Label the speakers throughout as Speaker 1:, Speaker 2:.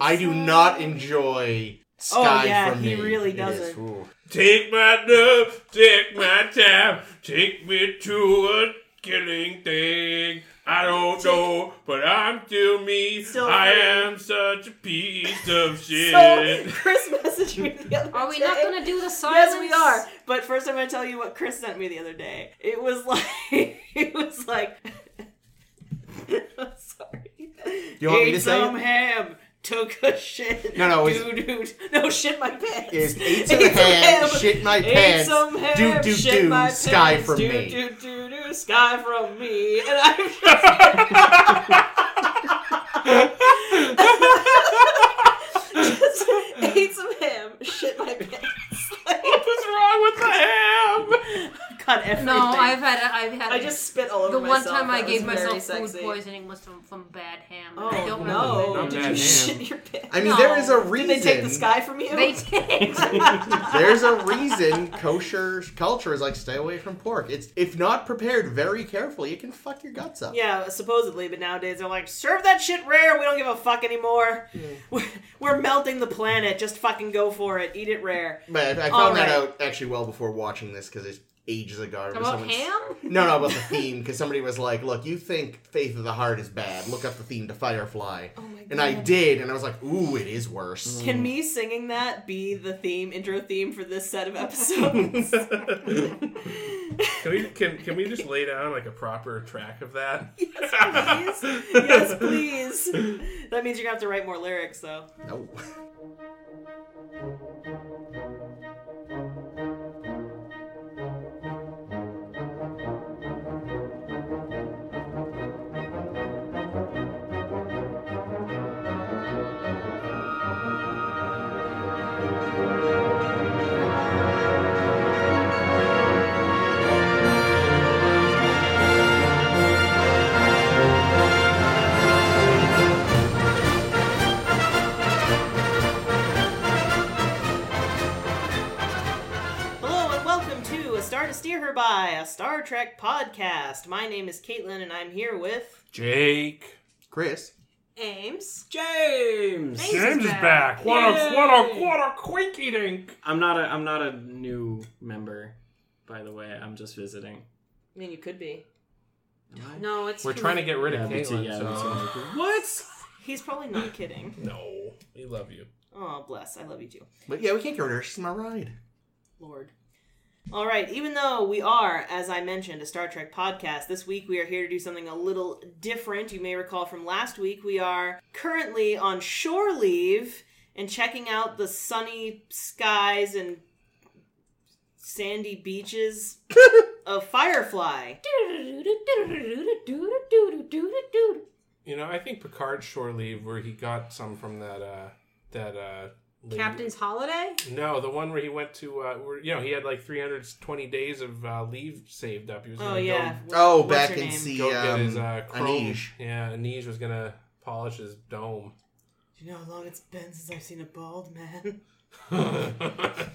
Speaker 1: I do not enjoy Sky
Speaker 2: oh yeah,
Speaker 1: from
Speaker 2: he
Speaker 1: me.
Speaker 2: really
Speaker 1: It is-
Speaker 2: doesn't.
Speaker 1: ooh.
Speaker 3: Take my love, take my time, take me to a killing thing. I don't know, but I'm still me.
Speaker 2: Still
Speaker 3: I
Speaker 2: free.
Speaker 3: am such a piece of shit.
Speaker 2: So Chris messaged me the other
Speaker 4: Are we
Speaker 2: day.
Speaker 4: not gonna do the silence?
Speaker 2: Yes, we are. But first, I'm going to tell you what Chris sent me the other day. It was like, it was like, sorry.
Speaker 1: You want me
Speaker 2: Ate
Speaker 1: to say
Speaker 2: some
Speaker 1: it?
Speaker 2: ham. Took a shit.
Speaker 1: No, no, it's-
Speaker 2: Dude, dude. No, shit my pants.
Speaker 1: Is ate some ham, shit my
Speaker 2: Ate
Speaker 1: pants.
Speaker 2: some ham,
Speaker 1: do do
Speaker 2: shit
Speaker 1: do,
Speaker 2: my
Speaker 1: sky
Speaker 2: pants,
Speaker 1: from
Speaker 2: do,
Speaker 1: me.
Speaker 2: Do do do sky from me. And I'm just. just ate some ham, shit my pants. Like,
Speaker 3: What's wrong with the ham?
Speaker 2: cut everything.
Speaker 4: No, I've had. I've had.
Speaker 2: I just spit all over
Speaker 4: the one
Speaker 2: myself.
Speaker 4: time I
Speaker 2: That
Speaker 4: gave
Speaker 2: was very
Speaker 4: myself food
Speaker 2: sexy.
Speaker 4: poisoning was from, from bad ham.
Speaker 2: Oh
Speaker 4: I don't
Speaker 2: no!
Speaker 4: remember.
Speaker 1: Not
Speaker 2: Did
Speaker 1: bad
Speaker 2: you
Speaker 1: ham.
Speaker 2: shit your pants?
Speaker 1: I mean, there
Speaker 4: No.
Speaker 1: is a
Speaker 2: Did
Speaker 1: reason.
Speaker 2: they take the sky from you?
Speaker 4: They did.
Speaker 1: There's a reason kosher culture is like stay away from pork. It's if not prepared very carefully, it can fuck your guts up.
Speaker 2: Yeah, supposedly, but nowadays they're like, serve that shit rare. We don't give a fuck anymore. We're, we're melting the planet. Just fucking go for it. Eat it rare.
Speaker 1: But I, I
Speaker 2: All
Speaker 1: found that
Speaker 2: right.
Speaker 1: out actually well before watching this because it's ages ago. I remember
Speaker 4: About
Speaker 1: someone-
Speaker 4: ham?
Speaker 1: No, no, about the theme because somebody was like, "Look, you think Faith of the Heart is bad? Look up the theme to Firefly." Oh
Speaker 2: my
Speaker 1: And I did, and I was like, "Ooh, it is worse."
Speaker 2: Can me singing that be the theme, intro theme for this set of episodes?
Speaker 3: Can we can, can we just lay down like a proper track of that?
Speaker 2: yes, please. Yes, please. That means you're gonna have to write more lyrics, though.
Speaker 1: no.
Speaker 2: Hello and welcome to A Star to Steer Her By, a Star Trek podcast. My name is Caitlin, and I'm here with
Speaker 3: Jake.
Speaker 1: Chris,
Speaker 2: Ames.
Speaker 5: James.
Speaker 4: James is
Speaker 3: James is
Speaker 4: back.
Speaker 3: back. What a what a
Speaker 5: Yay.
Speaker 3: what a quinky dink.
Speaker 5: I'm not a I'm not a new member, by the way. I'm just visiting.
Speaker 2: I mean, you could be.
Speaker 5: Am I?
Speaker 4: No, it's.
Speaker 3: We're trying to get rid
Speaker 5: Yeah,
Speaker 3: of
Speaker 5: but
Speaker 3: Caitlin.
Speaker 5: yeah,
Speaker 3: so-
Speaker 5: that's what- what?
Speaker 2: He's probably not kidding.
Speaker 3: No, we love you.
Speaker 2: Oh, bless. I love you too.
Speaker 1: but yeah, we can't get rid of her. She's my ride.
Speaker 2: Lord. All right, even though we are, as I mentioned, a Star Trek podcast, this week we are here to do something a little different. You may recall from last week, we are currently on shore leave and checking out the sunny skies and sandy beaches of Firefly.
Speaker 3: You know, I think Picard's shore leave where he got some from that uh that uh lady-
Speaker 4: Captain's Holiday?
Speaker 3: No, the one where he went to uh where you know, he had like 320 days of uh, leave saved up. He was
Speaker 2: Oh,
Speaker 3: gonna
Speaker 2: yeah.
Speaker 1: Oh,
Speaker 2: What's
Speaker 1: back
Speaker 2: her
Speaker 1: in
Speaker 2: name?
Speaker 1: see
Speaker 3: go, go get
Speaker 1: um,
Speaker 3: his uh chrome.
Speaker 1: Anish.
Speaker 3: Yeah, Anish was going to polish his dome.
Speaker 2: Do you know how long it's been since I've seen a bald man?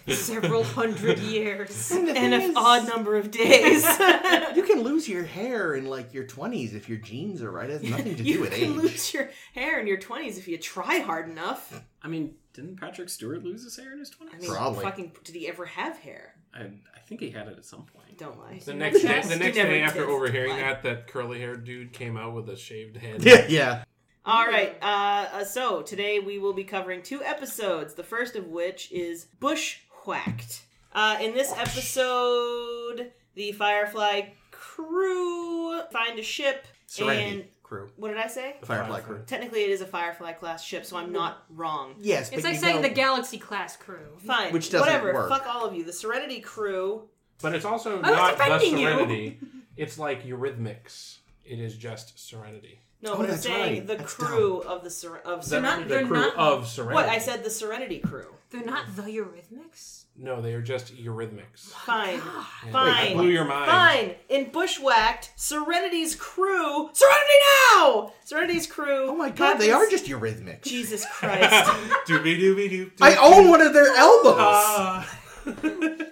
Speaker 4: Several hundred years.
Speaker 1: And the
Speaker 2: And
Speaker 1: thing
Speaker 2: an
Speaker 1: is,
Speaker 2: odd number of days.
Speaker 1: You can lose your hair in like your twenties if your genes are right. It has nothing to do
Speaker 2: you
Speaker 1: with
Speaker 2: can
Speaker 1: age.
Speaker 2: lose your hair in your 20s if you try hard enough.
Speaker 5: I mean, didn't Patrick Stewart lose his hair in his
Speaker 2: I
Speaker 5: twenties?
Speaker 2: mean,
Speaker 1: Probably.
Speaker 2: fucking, did he ever have hair?
Speaker 5: I, I think he had it at some point.
Speaker 2: Don't lie.
Speaker 3: The next day,
Speaker 4: Yes,
Speaker 3: the
Speaker 2: he
Speaker 3: next
Speaker 2: never
Speaker 3: day after
Speaker 2: did.
Speaker 3: overhearing
Speaker 2: Why?
Speaker 3: that, that curly-haired dude came out with a shaved head.
Speaker 1: Yeah, yeah.
Speaker 2: All right. Uh, uh, so today we will be covering two episodes. The first of which is Bushwhacked. Uh, in this episode, the Firefly crew find a ship.
Speaker 1: Serenity
Speaker 2: And
Speaker 1: crew,
Speaker 2: what did I say?
Speaker 1: Firefly crew.
Speaker 2: Technically, it is a Firefly class ship, so I'm not wrong.
Speaker 1: Yes,
Speaker 4: It's
Speaker 1: but
Speaker 4: like
Speaker 1: you
Speaker 4: saying
Speaker 1: know-
Speaker 4: the Galaxy class crew.
Speaker 2: Fine.
Speaker 1: Which doesn't
Speaker 2: Whatever.
Speaker 1: work.
Speaker 2: Fuck all of you. The Serenity crew.
Speaker 3: But it's also
Speaker 4: I was
Speaker 3: not the
Speaker 4: defending you.
Speaker 3: Serenity. It's like Eurythmics. It is just Serenity.
Speaker 2: No,
Speaker 1: Oh,
Speaker 2: but I'm
Speaker 1: that's
Speaker 2: saying
Speaker 1: right.
Speaker 2: the
Speaker 1: That's
Speaker 2: crew of the ser- of
Speaker 3: The,
Speaker 2: Serenity.
Speaker 4: not-
Speaker 3: the
Speaker 4: they're
Speaker 3: crew
Speaker 4: not-
Speaker 3: of Serenity.
Speaker 2: What I said, the Serenity crew.
Speaker 4: They're not the Eurythmics?
Speaker 3: No, they are just Eurythmics.
Speaker 2: Fine.
Speaker 3: That
Speaker 2: Fine.
Speaker 3: blew your mind.
Speaker 2: Fine. In Bushwhacked, Serenity's crew. Serenity now! Serenity's crew.
Speaker 1: Oh my god, they are
Speaker 2: happens-
Speaker 1: just Eurythmics.
Speaker 2: Jesus Christ.
Speaker 3: Doobie doobie doop.
Speaker 1: I own one of their albums.
Speaker 2: Ah.
Speaker 3: Ah.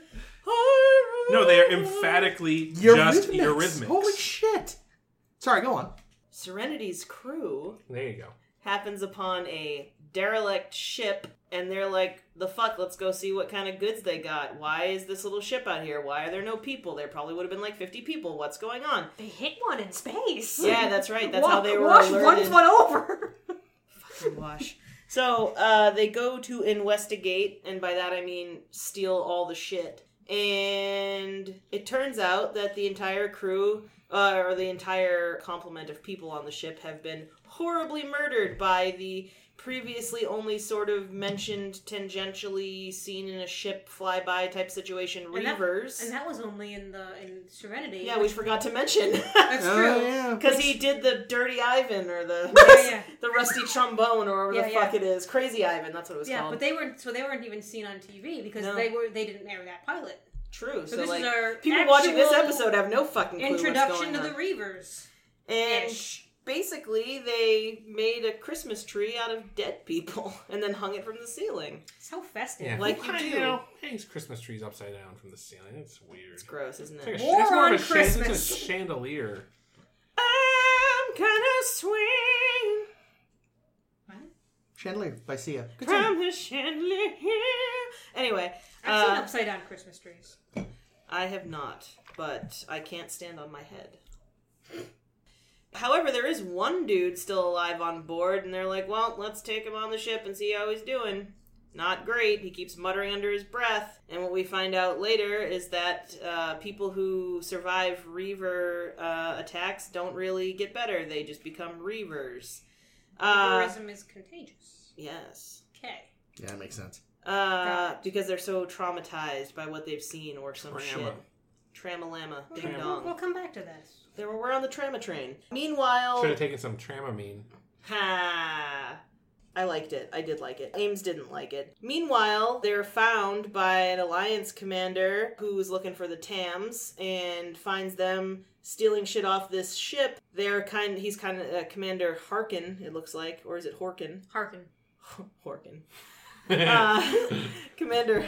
Speaker 3: no, they are emphatically just Eurythmics.
Speaker 1: Holy shit! Sorry, go on.
Speaker 2: Serenity's crew
Speaker 3: There you go.
Speaker 2: happens upon a derelict ship and they're like, the fuck, let's go see what kind of goods they got. Why is this little ship out here? Why are there no people? There probably would have been like 50 people. What's going on?
Speaker 4: They hit one in space.
Speaker 2: Yeah, that's right. That's
Speaker 4: Wa-
Speaker 2: how they were
Speaker 4: wash
Speaker 2: alerted.
Speaker 4: one over.
Speaker 2: Fucking wash. So uh, they go to investigate, and by that I mean steal all the shit. And it turns out that the entire crew, uh, or the entire complement of people on the ship, have been horribly murdered by the previously only sort of mentioned, tangentially seen in a ship flyby type situation,
Speaker 4: And that-
Speaker 2: Reavers.
Speaker 4: And that was only in the in Serenity.
Speaker 2: yeah, we forgot to mention.
Speaker 4: That's
Speaker 1: Oh,
Speaker 4: true.
Speaker 1: yeah.
Speaker 2: Because he did the Dirty Ivan or the
Speaker 4: Yeah, yeah.
Speaker 2: the rusty trombone or whatever the
Speaker 4: Yeah,
Speaker 2: fuck it is. Crazy Ivan, that's what it was
Speaker 4: Yeah,
Speaker 2: called.
Speaker 4: but they weren't. So they weren't even seen on TV because
Speaker 2: No.
Speaker 4: they were. They didn't air that pilot.
Speaker 2: True. So,
Speaker 4: So, this
Speaker 2: like,
Speaker 4: is our
Speaker 2: people watching this
Speaker 4: actual
Speaker 2: episode have no fucking clue
Speaker 4: Introduction
Speaker 2: what's
Speaker 4: to
Speaker 2: going
Speaker 4: the
Speaker 2: on.
Speaker 4: Reavers.
Speaker 2: and
Speaker 4: ish.
Speaker 2: basically, they made a Christmas tree out of dead people and then hung it from the ceiling.
Speaker 4: So festive.
Speaker 3: Yeah.
Speaker 2: Like you
Speaker 3: I-
Speaker 2: do.
Speaker 3: know, hangs Christmas trees upside down from the ceiling. That's weird.
Speaker 2: It's gross, isn't
Speaker 3: It's like a
Speaker 2: it?
Speaker 3: sh-
Speaker 4: War
Speaker 3: that's more
Speaker 4: on
Speaker 3: of a, chan- that's
Speaker 4: Christmas.
Speaker 3: a chandelier.
Speaker 2: I'm gonna swing
Speaker 4: What?
Speaker 1: Chandelier by Sia. Good song.
Speaker 2: from the chandelier. Anyway,
Speaker 4: I've seen
Speaker 2: uh,
Speaker 4: upside down Christmas trees.
Speaker 2: I have not, but I can't stand on my head. However, there is one dude still alive on board, and they're like, well, let's take him on the ship and see how he's doing. Not great. He keeps muttering under his breath. And what we find out later is that uh, people who survive Reaver uh, attacks don't really get better, they just become Reavers. Uh,
Speaker 4: Tourism is contagious.
Speaker 2: yes.
Speaker 4: Okay.
Speaker 1: Yeah, that makes sense.
Speaker 2: Uh, because they're so traumatized by what they've seen or some shit.
Speaker 3: Trauma.
Speaker 2: Tramalama. Ding
Speaker 4: We'll,
Speaker 2: dong.
Speaker 4: we'll come back to this.
Speaker 2: They were, we're on the trauma train. Meanwhile,
Speaker 3: Should have taken some Tramamine.
Speaker 2: ha. I liked it. I did like it. Ames didn't like it. Meanwhile, they're found by an alliance commander who's looking for the Tams and finds them stealing shit off this ship. They're kind. He's kind of uh, Commander Harkin. It looks like, or is it Horkin?
Speaker 4: Harkin.
Speaker 2: Horkin. Uh, Commander.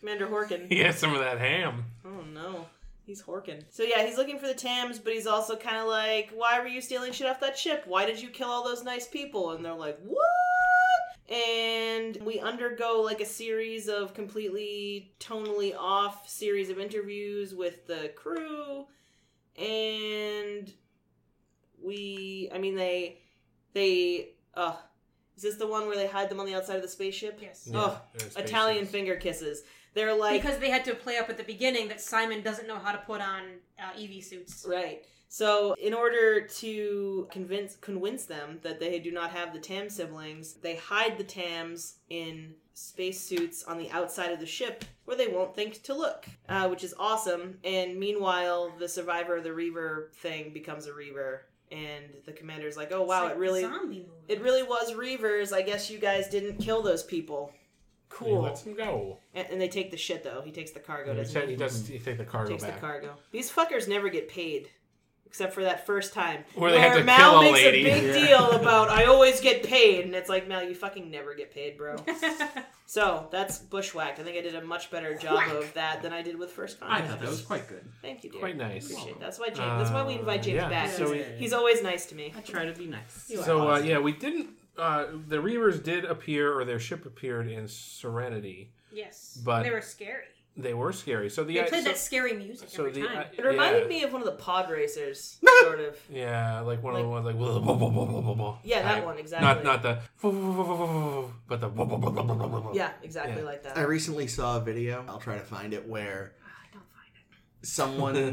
Speaker 2: Commander Horkin.
Speaker 3: he had some of that ham.
Speaker 2: Oh no. He's horking. So yeah, he's looking for the Tams, but he's also kind of like, why were you stealing shit off that ship? Why did you kill all those nice people? And they're like, what? And we undergo like a series of completely tonally off series of interviews with the crew, and we, I mean, they, they, uh, is this the one where they hide them on the outside of the spaceship?
Speaker 4: Yes.
Speaker 2: Yeah. Oh,
Speaker 3: There's
Speaker 2: Italian
Speaker 3: faces.
Speaker 2: finger kisses. They're like
Speaker 4: because they had to play up at the beginning that Simon doesn't know how to put on uh, EV suits.
Speaker 2: Right. So, in order to convince convince them that they do not have the Tam siblings, they hide the Tams in spacesuits on the outside of the ship where they won't think to look, uh, which is awesome. And meanwhile, the survivor of the Reaver thing becomes a Reaver, and the commander's like, "Oh wow,
Speaker 4: It's like
Speaker 2: it really,
Speaker 4: zombie movie.
Speaker 2: it really was Reavers. I guess you guys didn't kill those people.
Speaker 3: And He
Speaker 2: Cool."
Speaker 3: lets him go.
Speaker 2: And, and they take the shit though. He takes the cargo.
Speaker 3: He,
Speaker 2: doesn't
Speaker 3: said he does. He take the cargo
Speaker 2: takes
Speaker 3: back.
Speaker 2: the cargo. These fuckers never get paid, except for that first time
Speaker 3: Where they had to
Speaker 2: Mal
Speaker 3: kill a
Speaker 2: makes
Speaker 3: lady.
Speaker 2: a big
Speaker 5: Yeah.
Speaker 2: deal about I always get paid, and it's like Mal, you fucking never get paid, bro. so that's bushwhacked. I think I did a much better job of that than I did with first
Speaker 5: I
Speaker 2: contact.
Speaker 5: thought that was quite good.
Speaker 2: Thank you, dear.
Speaker 3: Quite nice.
Speaker 2: Appreciate it. That's why James. that's why we invite
Speaker 3: Uh,
Speaker 2: James
Speaker 3: yeah.
Speaker 2: back. he's,
Speaker 5: So we-
Speaker 2: he's always nice to me.
Speaker 5: I try to be nice.
Speaker 2: You are
Speaker 3: So uh,
Speaker 2: awesome.
Speaker 3: yeah, we didn't. Uh, the Reavers did appear, or their ship appeared in Serenity.
Speaker 4: yes.
Speaker 3: But-
Speaker 4: they were scary.
Speaker 3: They were scary. So the
Speaker 4: They played
Speaker 3: so,
Speaker 4: that scary music
Speaker 3: so
Speaker 4: every
Speaker 3: the
Speaker 4: time.
Speaker 2: It reminded
Speaker 3: yeah.
Speaker 2: me of one of the pod racers, sort of.
Speaker 3: Yeah, like one of the ones like blah, blah, blah, blah, blah, blah, blah.
Speaker 2: Yeah, that
Speaker 3: Right.
Speaker 2: one exactly.
Speaker 3: Not not the but the blah, blah, blah, blah, blah, blah, blah.
Speaker 2: yeah, exactly
Speaker 3: Yeah.
Speaker 2: like that.
Speaker 1: I recently saw a video. I'll try to find it where
Speaker 4: I don't find it.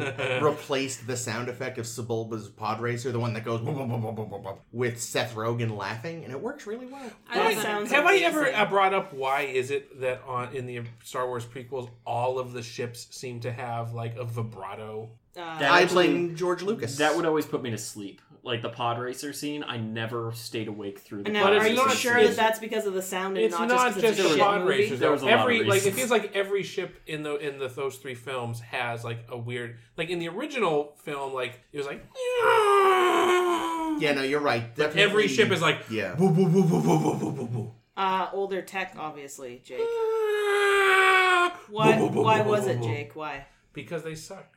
Speaker 1: someone replaced the sound effect of Sebulba's pod racer, the one that goes blah, blah, blah, blah, blah, blah, blah, with Seth Rogen laughing, and it works really well.
Speaker 4: I don't
Speaker 2: That
Speaker 4: find
Speaker 2: sounds-
Speaker 3: Have I ever
Speaker 2: amazing.
Speaker 3: uh, brought up why is it that on in the Star Wars prequels all of the ships seem to have like a vibrato?
Speaker 2: Uh,
Speaker 5: That-
Speaker 1: I
Speaker 5: actually-
Speaker 1: blame George Lucas.
Speaker 5: That would always put me to sleep. Like the pod racer scene, I never stayed awake through the
Speaker 2: now,
Speaker 5: pod
Speaker 3: it's
Speaker 2: are you
Speaker 5: racer
Speaker 3: not-
Speaker 2: sure that
Speaker 5: scene.
Speaker 2: that's because of the sound and
Speaker 3: It's
Speaker 2: not,
Speaker 3: not
Speaker 2: just
Speaker 3: just
Speaker 2: because
Speaker 3: the
Speaker 2: it's a shit
Speaker 3: pod
Speaker 2: movie?
Speaker 3: racers.
Speaker 5: There was a
Speaker 3: though.
Speaker 5: lot of
Speaker 3: Every like it
Speaker 5: reasons.
Speaker 3: feels like every ship in the in the those three films has like a weird like in the original film like it was like
Speaker 1: Yeah, no, you're right. Definitely.
Speaker 3: every ship is like
Speaker 1: Yeah.
Speaker 3: woo, woo, woo, woo, woo, woo, woo, woo, woo.
Speaker 2: Uh, older tech, obviously, Jake. Why?
Speaker 3: Woo, woo, woo,
Speaker 2: Why
Speaker 3: woo,
Speaker 2: was
Speaker 3: woo,
Speaker 2: it,
Speaker 3: woo.
Speaker 2: Jake? Why?
Speaker 3: Because they suck.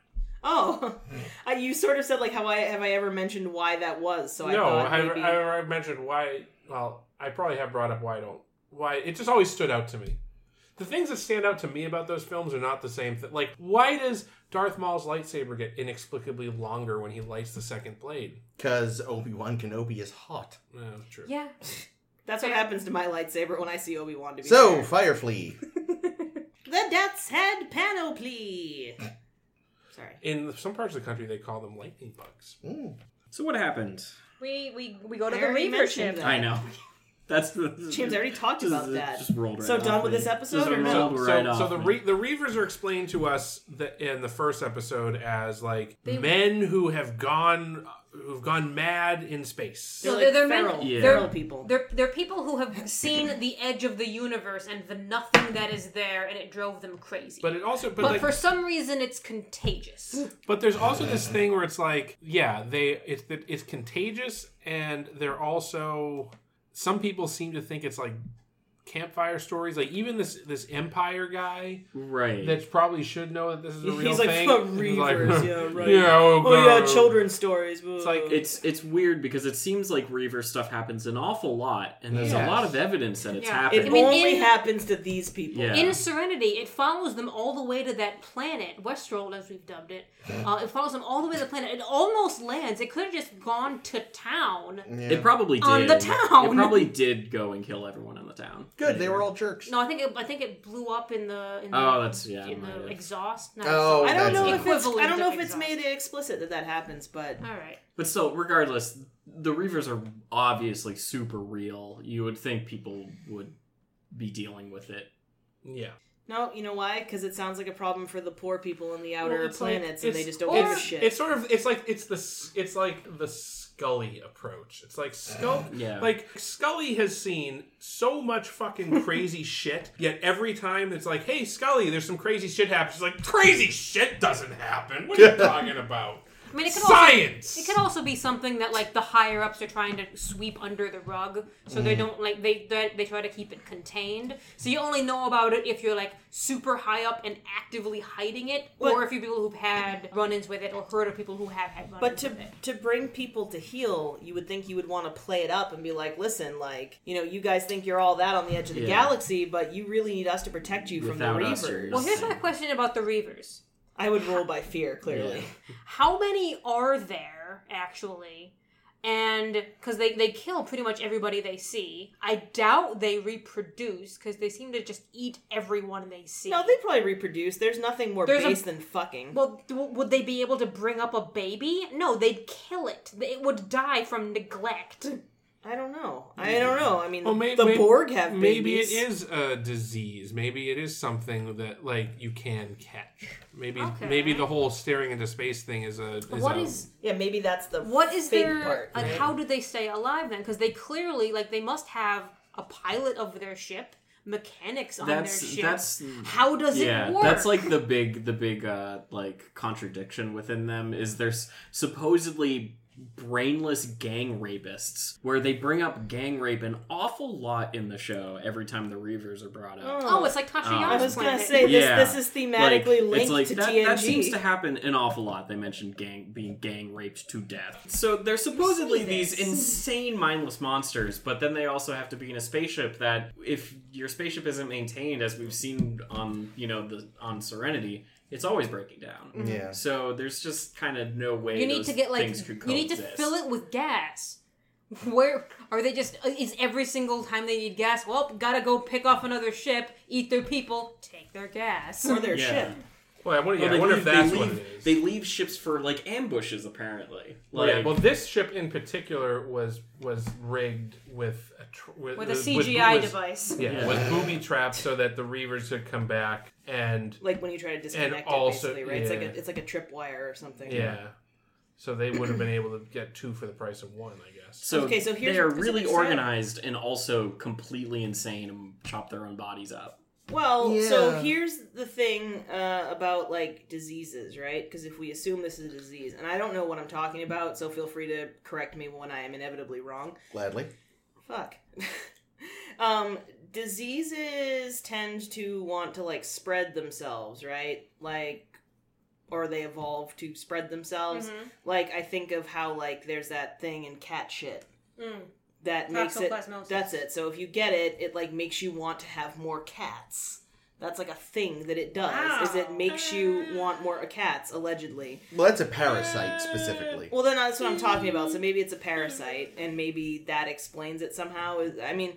Speaker 2: Oh, Uh, you sort of said like, "Have I have I ever mentioned why that was?" So I
Speaker 3: no,
Speaker 2: thought
Speaker 3: I,
Speaker 2: maybe
Speaker 3: I, I mentioned why. Well, I probably have brought up why I don't why it just always stood out to me. The things that stand out to me about those films are not the same thing. Like, why does Darth Maul's lightsaber get inexplicably longer when he lights the second blade?
Speaker 1: Because Obi Wan Kenobi is hot.
Speaker 3: No, true.
Speaker 4: Yeah.
Speaker 2: That's what happens to my lightsaber when I see Obi Wan. To be
Speaker 1: So,
Speaker 2: fair.
Speaker 1: Firefly.
Speaker 2: the Death's Head Panoply. Sorry.
Speaker 3: In some parts of the country, they call them lightning bugs.
Speaker 1: Mm.
Speaker 5: So what happened?
Speaker 4: We we we go to
Speaker 2: I
Speaker 4: the
Speaker 2: already
Speaker 4: Reaver
Speaker 2: mentioned
Speaker 4: ship.
Speaker 2: that.
Speaker 5: I know. That's the
Speaker 2: James I already talked
Speaker 5: just-
Speaker 2: about that.
Speaker 5: Just rolled right
Speaker 2: So
Speaker 5: off
Speaker 2: done with
Speaker 5: me.
Speaker 2: this episode
Speaker 5: Just
Speaker 2: or no?
Speaker 5: rolled
Speaker 3: So,
Speaker 5: right
Speaker 3: so,
Speaker 5: off
Speaker 3: so the
Speaker 5: me.
Speaker 3: re- the Reavers are explained to us that in the first episode as like
Speaker 4: They-
Speaker 3: men who have gone who've gone mad in space.
Speaker 4: So
Speaker 2: They're,
Speaker 4: they're-
Speaker 2: like
Speaker 4: they're meant-
Speaker 2: feral,
Speaker 5: Yeah.
Speaker 2: feral people.
Speaker 4: They're, they're people who have seen the edge of the universe and the nothing that is there, and it drove them crazy.
Speaker 3: But it also, but,
Speaker 4: But
Speaker 3: like,
Speaker 4: for some reason, it's contagious.
Speaker 3: but there's also
Speaker 2: Uh,
Speaker 3: this thing where it's like, yeah, they it's it's contagious, and they're also some people seem to think it's like campfire stories. Like even this this empire guy
Speaker 5: right.
Speaker 3: that probably should know that this is a real
Speaker 2: Hmm. He's like,
Speaker 3: thing.
Speaker 2: "Fuck
Speaker 3: is like,
Speaker 2: Reavers, yeah, right.
Speaker 3: Yeah, oh,
Speaker 2: oh
Speaker 3: God.
Speaker 2: yeah, children's stories. It's
Speaker 3: like
Speaker 5: it's it's weird because it seems like Reaver stuff happens an awful lot, and there's
Speaker 3: Yes.
Speaker 5: a lot of evidence that it's
Speaker 4: Yeah.
Speaker 5: happened.
Speaker 2: it
Speaker 4: mean,
Speaker 2: only
Speaker 4: in-
Speaker 2: happens to these people.
Speaker 5: Yeah.
Speaker 4: In Serenity, it follows them all the way to that planet, Westworld as we've dubbed it. Uh, it follows them all the way to the planet. It almost lands. It could have just gone to town.
Speaker 1: Yeah.
Speaker 5: It probably did.
Speaker 4: On the town.
Speaker 5: It probably did go and kill everyone in the town.
Speaker 1: Good, they were all jerks.
Speaker 4: No, I think it, I think it blew up in the in the,
Speaker 5: Oh, that's- yeah,
Speaker 4: in
Speaker 5: might
Speaker 4: the
Speaker 5: have.
Speaker 4: exhaust. Not
Speaker 1: Oh,
Speaker 4: exhaust.
Speaker 2: I don't
Speaker 1: That's
Speaker 2: know
Speaker 1: it.
Speaker 2: if it's, I
Speaker 4: Equivalent
Speaker 2: don't know
Speaker 4: of
Speaker 2: if it's
Speaker 4: exhaust.
Speaker 2: made explicit that that happens, but
Speaker 4: All right.
Speaker 5: But still, regardless, the Reavers are obviously super real. You would think people would be dealing with it.
Speaker 3: Yeah.
Speaker 2: no, you know why? Because it sounds like a problem for the poor people in the outer
Speaker 3: Well, it's like-
Speaker 2: planets, and they
Speaker 3: it's-
Speaker 2: just don't
Speaker 4: or-
Speaker 2: give a shit.
Speaker 3: It's sort of it's like it's the s- it's like the Scully approach. It's like Scully,
Speaker 5: Yeah.
Speaker 3: like Scully has seen so much fucking crazy shit. Yet every time it's like, hey Scully, there's some crazy shit happens. She's like, crazy shit doesn't happen. What are you talking about?
Speaker 4: I mean, it could also
Speaker 3: Science.
Speaker 4: it could also be something that like the higher ups are trying to sweep under the rug, so
Speaker 2: Mm.
Speaker 4: they don't like they they they try to keep it contained. So you only know about it if you're like super high up and actively hiding it, or
Speaker 2: But-
Speaker 4: if you're people who've had run-ins with it or heard of people who have had run-ins
Speaker 2: But to
Speaker 4: with it.
Speaker 2: to bring people to heal, you would think you would want to play it up and be like, "Listen, like you know, you guys think you're all that on the edge of the
Speaker 5: Yeah.
Speaker 2: galaxy, but you really need us to protect you
Speaker 5: Without
Speaker 2: from the
Speaker 5: us,
Speaker 2: Reavers."
Speaker 5: you're-
Speaker 4: Well, here's my question about the Reavers.
Speaker 2: I would rule by fear, clearly.
Speaker 5: Yeah.
Speaker 4: How many are there actually? And because they, they kill pretty much everybody they see, I doubt they reproduce because they seem to just eat everyone they see.
Speaker 2: No, they probably reproduce. There's nothing more
Speaker 4: There's a-
Speaker 2: base than fucking.
Speaker 4: Well, th- would they be able to bring up a baby? No, they'd kill it. They- It would die from neglect.
Speaker 2: I don't know. I don't know. I mean,
Speaker 3: Well, may-
Speaker 2: the
Speaker 3: may-
Speaker 2: Borg have
Speaker 3: Maybe it
Speaker 2: babies.
Speaker 3: is a disease. Maybe it is something that like you can catch. Maybe
Speaker 4: Okay.
Speaker 3: maybe the whole staring into space thing is a. Is
Speaker 4: What
Speaker 3: a-
Speaker 4: is
Speaker 2: Yeah, maybe that's the
Speaker 4: what is
Speaker 2: fake
Speaker 4: their
Speaker 2: part.
Speaker 4: like? How do they stay alive then? Because they clearly like they must have a pilot of their ship, mechanics on their
Speaker 5: That's
Speaker 4: ship.
Speaker 5: that's
Speaker 4: how does
Speaker 5: yeah.
Speaker 4: it work?
Speaker 5: That's like the big the big uh like contradiction within them is there's supposedly brainless gang rapists where they bring up gang rape an awful lot in the show every time the Reavers are brought up.
Speaker 4: oh, it's like Tashiyama's
Speaker 2: I was gonna
Speaker 4: planet.
Speaker 2: say this.
Speaker 5: um, Yeah.
Speaker 2: This is thematically
Speaker 5: Like,
Speaker 2: linked
Speaker 5: it's like
Speaker 2: to
Speaker 5: that,
Speaker 2: TNG.
Speaker 5: That seems to happen an awful lot. They mentioned gang being gang raped to death. So they're supposedly these
Speaker 4: this.
Speaker 5: insane mindless monsters, but then they also have to be in a spaceship that if your spaceship isn't maintained, as we've seen on you know the on Serenity, it's always breaking down.
Speaker 1: Yeah.
Speaker 5: So there's just kind of no way
Speaker 4: Mm-hmm. you need
Speaker 5: those
Speaker 4: to get like
Speaker 5: things could
Speaker 4: you need to
Speaker 5: coexist.
Speaker 4: fill it with gas. Where are they? Just uh, is every single time they need gas? Well, gotta go pick off another ship, eat their people, take their gas.
Speaker 2: for their
Speaker 5: Yeah.
Speaker 2: ship.
Speaker 3: Well, I wonder,
Speaker 5: Well,
Speaker 3: yeah, I
Speaker 5: they
Speaker 3: wonder
Speaker 5: leave-
Speaker 3: if that's
Speaker 5: they
Speaker 3: what
Speaker 5: leave,
Speaker 3: it is.
Speaker 5: They leave ships for like ambushes, apparently. Like,
Speaker 3: yeah, well, this ship in particular was was rigged with a tr- with,
Speaker 4: with a
Speaker 3: with-
Speaker 4: CGI
Speaker 3: was-
Speaker 4: device.
Speaker 3: Yeah,
Speaker 5: Yeah.
Speaker 3: with booby traps so that the Reavers could come back and
Speaker 2: Like when you try to disconnect
Speaker 3: also-
Speaker 2: it, basically, right? It's like
Speaker 3: yeah.
Speaker 2: a, it's like a tripwire or something.
Speaker 3: yeah, so they would have been able to get two for the price of one, I guess.
Speaker 5: So,
Speaker 2: Okay, so here's-
Speaker 5: they are
Speaker 2: this is
Speaker 5: really
Speaker 2: sad.
Speaker 5: organized and also completely insane and chop their own bodies up.
Speaker 2: Well, so
Speaker 1: Yeah.
Speaker 2: here's the thing uh, about like diseases, right? Because if we assume this is a disease, and I don't know what I'm talking about, so feel free to correct me when I am inevitably wrong.
Speaker 1: Gladly.
Speaker 2: Fuck. um, diseases tend to want to like spread themselves, right? Like, or they evolve to
Speaker 4: Mm-hmm.
Speaker 2: spread themselves. Like, I think of how like there's that thing in cat shit that makes it
Speaker 4: Mm. Toxoplasmosis.
Speaker 2: that's it so if you get it it like makes you want to have more cats that's like a thing that it does is it
Speaker 4: Wow. Uh.
Speaker 2: makes you want more uh, cats allegedly
Speaker 1: Well, that's a parasite specifically.
Speaker 2: well then that's what i'm talking about so maybe it's a parasite and maybe that explains it somehow Is- i mean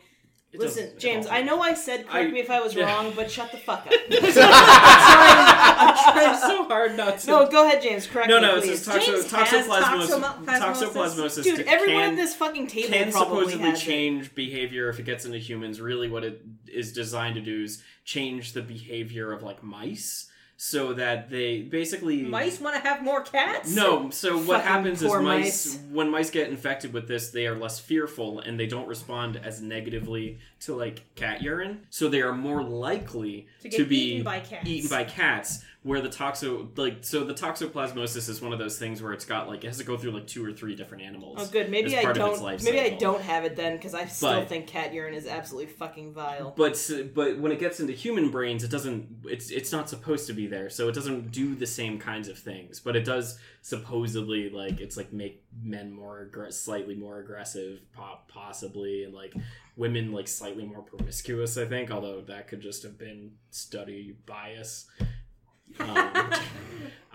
Speaker 5: It doesn't-
Speaker 2: Listen,
Speaker 5: it
Speaker 2: James,
Speaker 5: doesn't.
Speaker 2: I know I said correct
Speaker 5: I-
Speaker 2: me if I was
Speaker 5: yeah.
Speaker 2: wrong, but shut the fuck up. I'm sorry, I'm
Speaker 5: It's
Speaker 2: trying-
Speaker 5: so hard not to.
Speaker 2: No, go ahead, James. Correct
Speaker 5: no,
Speaker 2: me,
Speaker 5: no. It's
Speaker 2: please.
Speaker 5: just
Speaker 4: James
Speaker 5: toxo-
Speaker 4: has
Speaker 5: toxoplasmosis.
Speaker 4: toxoplasmosis.
Speaker 5: Toxoplasmosis.
Speaker 2: Dude, everyone
Speaker 5: can,
Speaker 2: at this fucking table
Speaker 5: can
Speaker 2: probably
Speaker 5: supposedly
Speaker 2: has it.
Speaker 5: change behavior if it gets into humans. Really, what it is designed to do is change the behavior of like mice, so that they basically
Speaker 4: Mice want to have more cats?
Speaker 5: No, so what
Speaker 2: Fucking
Speaker 5: happens is
Speaker 2: poor
Speaker 5: mice,
Speaker 2: mice.
Speaker 5: when mice get infected with this, they are less fearful and they don't respond as negatively to like cat urine. So they are more likely
Speaker 4: To
Speaker 5: to,
Speaker 4: get
Speaker 5: be
Speaker 4: eaten by cats.
Speaker 5: eaten by cats, Where the toxo like so the toxoplasmosis is one of those things where it's got like it has to go through like two or three different animals.
Speaker 2: Oh, good. Maybe
Speaker 5: as
Speaker 2: I
Speaker 5: part of its
Speaker 2: don't.
Speaker 5: life
Speaker 2: Maybe I
Speaker 5: cycle.
Speaker 2: don't have it then, because I still
Speaker 5: But-
Speaker 2: think cat urine is absolutely fucking vile.
Speaker 5: But s- but when it gets into human brains, it doesn't. It's it's not supposed to be there, so it doesn't do the same kinds of things. But it does supposedly like it's like make men more aggr- slightly more aggressive, po- possibly, and like women like slightly more promiscuous. I think, although that could just have been study bias. Um,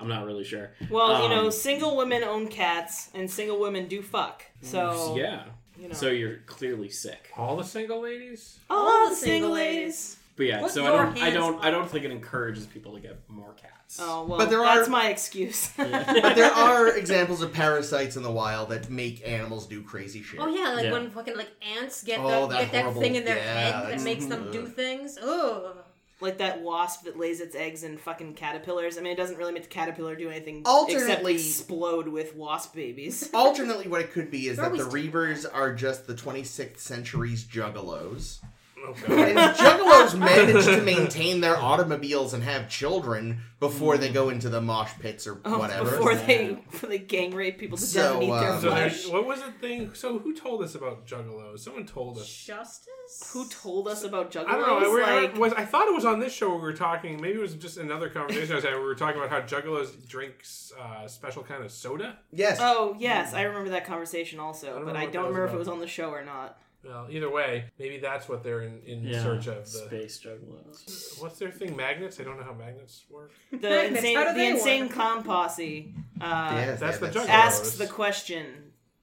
Speaker 5: I'm not really sure.
Speaker 2: Well, you know,
Speaker 5: Um,
Speaker 2: single women own cats, and single women do fuck. So
Speaker 5: yeah,
Speaker 2: you know,
Speaker 5: so you're clearly sick.
Speaker 3: All the single ladies?
Speaker 2: all the single ladies.
Speaker 5: But yeah,
Speaker 4: Put
Speaker 5: so I
Speaker 4: your
Speaker 5: don't, I
Speaker 4: hands
Speaker 5: don't, I
Speaker 4: up.
Speaker 5: don't think it encourages people to get more cats.
Speaker 2: Oh well,
Speaker 1: But there
Speaker 2: that's
Speaker 1: are-
Speaker 2: my excuse.
Speaker 1: But there are examples of parasites in the wild that make animals do crazy shit.
Speaker 4: Oh yeah, like
Speaker 5: Yeah.
Speaker 4: when fucking like ants get
Speaker 1: Oh,
Speaker 4: the,
Speaker 1: that
Speaker 4: get that
Speaker 1: horrible-
Speaker 4: thing in their
Speaker 1: yeah,
Speaker 4: head that
Speaker 1: that's-
Speaker 4: makes them
Speaker 1: Ugh.
Speaker 4: do things. Ugh.
Speaker 2: like that wasp that lays its eggs in fucking caterpillars. I mean, it doesn't really make the caterpillar do anything except
Speaker 1: Alternately-
Speaker 2: explode with wasp babies.
Speaker 1: Alternately, what it could be is
Speaker 4: They're
Speaker 1: that the
Speaker 4: always
Speaker 1: Reavers are just the 26th century's juggalos.
Speaker 3: Okay.
Speaker 1: And juggalos manage to maintain their automobiles and have children before they go into the mosh pits or
Speaker 2: Oh,
Speaker 1: whatever.
Speaker 2: before they before they gang rape people to death
Speaker 1: So,
Speaker 2: and eat their
Speaker 1: um,
Speaker 3: so there,
Speaker 2: flesh.
Speaker 3: what was the thing? So who told us about Juggalos? Someone told us.
Speaker 4: Justice?
Speaker 2: Who told us about juggalos?
Speaker 3: I don't know. I, we- I-
Speaker 2: like,
Speaker 3: was, I thought it was on this show where we were talking. Maybe it was just another conversation I was having. We were talking about how Juggalos drinks uh, special kind of soda.
Speaker 1: Yes.
Speaker 2: Oh yes, I remember that conversation also,
Speaker 3: don't
Speaker 2: but
Speaker 3: know
Speaker 2: I
Speaker 3: what
Speaker 2: don't
Speaker 3: that was
Speaker 2: remember if it
Speaker 3: about.
Speaker 2: was on the show or not.
Speaker 3: Well, either way, maybe that's what they're in, in
Speaker 5: Yeah,
Speaker 3: search of. The,
Speaker 5: space juggalos.
Speaker 3: what's their thing? Magnets? I don't know how magnets work.
Speaker 2: The
Speaker 4: Magnets,
Speaker 2: insane,
Speaker 4: how do
Speaker 2: the
Speaker 4: they
Speaker 2: insane
Speaker 4: work?
Speaker 2: clown posse uh,
Speaker 1: yes,
Speaker 3: that's
Speaker 1: yeah,
Speaker 3: the Juggalos.
Speaker 2: asks the question: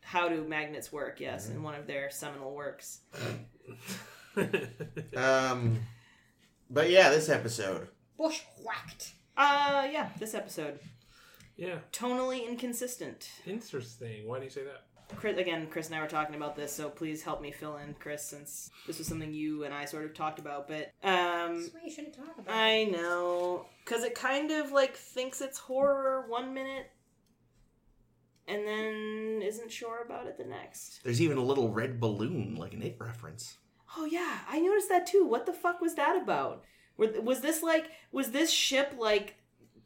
Speaker 2: How do magnets work? Yes,
Speaker 1: Mm-hmm.
Speaker 2: in one of their seminal works.
Speaker 1: Um, but yeah, this episode.
Speaker 4: Bushwhacked.
Speaker 2: Uh, yeah, this episode
Speaker 3: yeah,
Speaker 2: tonally inconsistent.
Speaker 3: interesting. Why do you say that?
Speaker 2: Chris, again, Chris and I were talking about this, so please help me fill in, Chris, since this was something you and I sort of talked about. But um,
Speaker 4: That's why you shouldn't talk about it.
Speaker 2: I know, cause it kind of like thinks it's horror one minute, and then isn't sure about it the next.
Speaker 1: There's even a little red balloon, like an it reference.
Speaker 2: Oh yeah, I noticed that too. What the fuck was that about? Were- Was this like was this ship like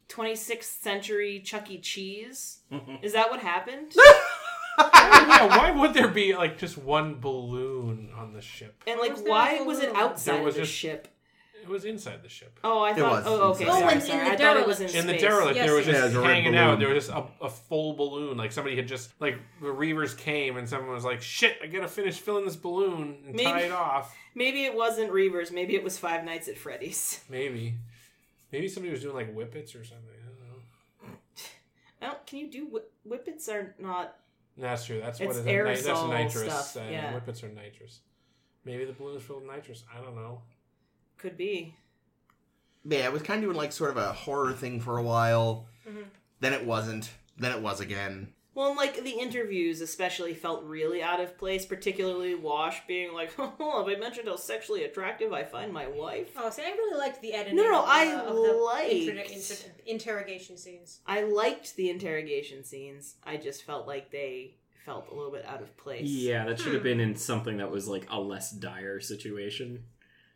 Speaker 2: 26th century Chuck E. Cheese? Is that what happened?
Speaker 3: yeah, why would there be like just one balloon on the ship?
Speaker 2: and like,
Speaker 4: Was there
Speaker 2: why
Speaker 4: a
Speaker 2: was it
Speaker 4: balloon?
Speaker 2: outside
Speaker 3: There was
Speaker 2: of the
Speaker 3: just-
Speaker 2: ship?
Speaker 3: It was inside the ship.
Speaker 2: Oh, I thought.
Speaker 1: was
Speaker 2: Oh, okay.
Speaker 1: inside.
Speaker 2: sorry,
Speaker 1: Oh,
Speaker 4: and
Speaker 2: sorry.
Speaker 4: in the
Speaker 2: I thought it was in,
Speaker 4: derelict.
Speaker 3: In the
Speaker 2: space.
Speaker 3: derelict,
Speaker 4: Yes,
Speaker 3: there was just
Speaker 4: yes.
Speaker 1: Yeah, it was a red
Speaker 3: hanging out.
Speaker 1: balloon.
Speaker 3: There was just a, a full balloon. Like somebody had just like the Reavers came and someone was like, "Shit, I gotta finish filling this balloon and tie
Speaker 2: Maybe-
Speaker 3: it off."
Speaker 2: Maybe it wasn't Reavers. Maybe it was Five Nights at Freddy's.
Speaker 3: Maybe, maybe somebody was doing like whippets or something. I don't know.
Speaker 2: I don't, can you do whi- whippets? Are not
Speaker 3: That's true. That's
Speaker 2: It's
Speaker 3: what is it? Ni- that's
Speaker 2: aerosol
Speaker 3: nitrous.
Speaker 2: stuff,
Speaker 3: uh,
Speaker 2: yeah.
Speaker 3: Whippets are nitrous. Maybe the balloon is filled with nitrous. I don't know.
Speaker 2: could be.
Speaker 1: Yeah, it was kind of doing like sort of a horror thing for a while.
Speaker 2: Mm-hmm.
Speaker 1: Then it wasn't. Then it was again.
Speaker 2: Well, and like the interviews, especially felt really out of place. Particularly Wash being like, "Oh, have I mentioned how sexually attractive I find my wife?"
Speaker 4: Oh, see, I really liked the editing.
Speaker 2: No, no,
Speaker 4: of the-
Speaker 2: I
Speaker 4: of the
Speaker 2: liked-
Speaker 4: inter- inter- interrogation scenes.
Speaker 2: I liked the interrogation scenes. I just felt like they felt a little bit out of place.
Speaker 5: Yeah, that should have
Speaker 3: Hmm.
Speaker 5: been in something that was like a less dire situation.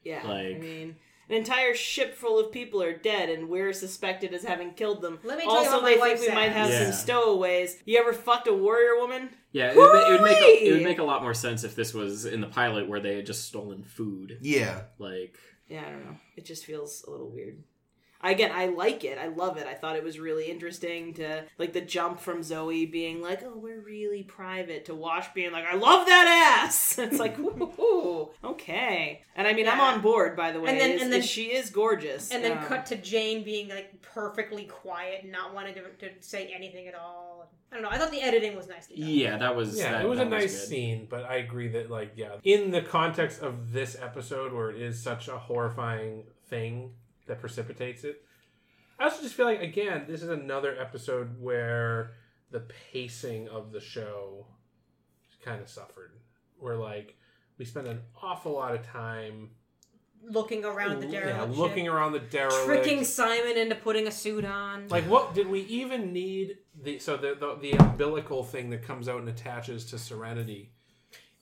Speaker 2: Yeah. I
Speaker 5: Like-
Speaker 2: mean, an entire ship full of people are dead, and we're suspected as having killed them.
Speaker 4: Let me tell you
Speaker 2: also,
Speaker 4: what my
Speaker 2: they think
Speaker 4: wife
Speaker 2: we
Speaker 4: said.
Speaker 2: might have
Speaker 5: Yeah.
Speaker 2: some stowaways. You ever fucked a warrior woman?
Speaker 5: Yeah, it would, ma- it would make a, it
Speaker 2: Hooray!
Speaker 5: would make a lot more sense if this was in the pilot where they had just stolen food.
Speaker 1: Yeah.
Speaker 5: Like,
Speaker 2: Yeah, I don't know. It just feels a little weird. again, I like it. I love it. I thought it was really interesting to like the jump from Zoe being like, "Oh, we're really private," to Wash being like, "I love that ass." It's like, ooh, okay. And I mean, I'm
Speaker 4: Yeah.
Speaker 2: on board. By the way,
Speaker 4: And then-
Speaker 2: Is-
Speaker 4: and then-
Speaker 2: is she is gorgeous.
Speaker 4: And then
Speaker 2: Um,
Speaker 4: cut to Jane being like perfectly quiet, and not wanting to, to say anything at all. I don't know. I thought the editing was nicely done.
Speaker 5: Yeah, that was
Speaker 3: Yeah,
Speaker 5: that,
Speaker 3: it was a
Speaker 5: that
Speaker 3: nice
Speaker 5: good.
Speaker 3: scene, but I agree that like yeah, in the context of this episode where it is such a horrifying thing that precipitates it, I also just feel like again this is another episode where the pacing of the show kind of suffered. Where like we spent an awful lot of time
Speaker 4: Looking around the derelict,
Speaker 3: yeah,
Speaker 4: ship,
Speaker 3: looking around the derelict,
Speaker 4: tricking Simon into putting a suit on.
Speaker 3: like what did we even need the so the the, the umbilical thing that comes out and attaches to Serenity?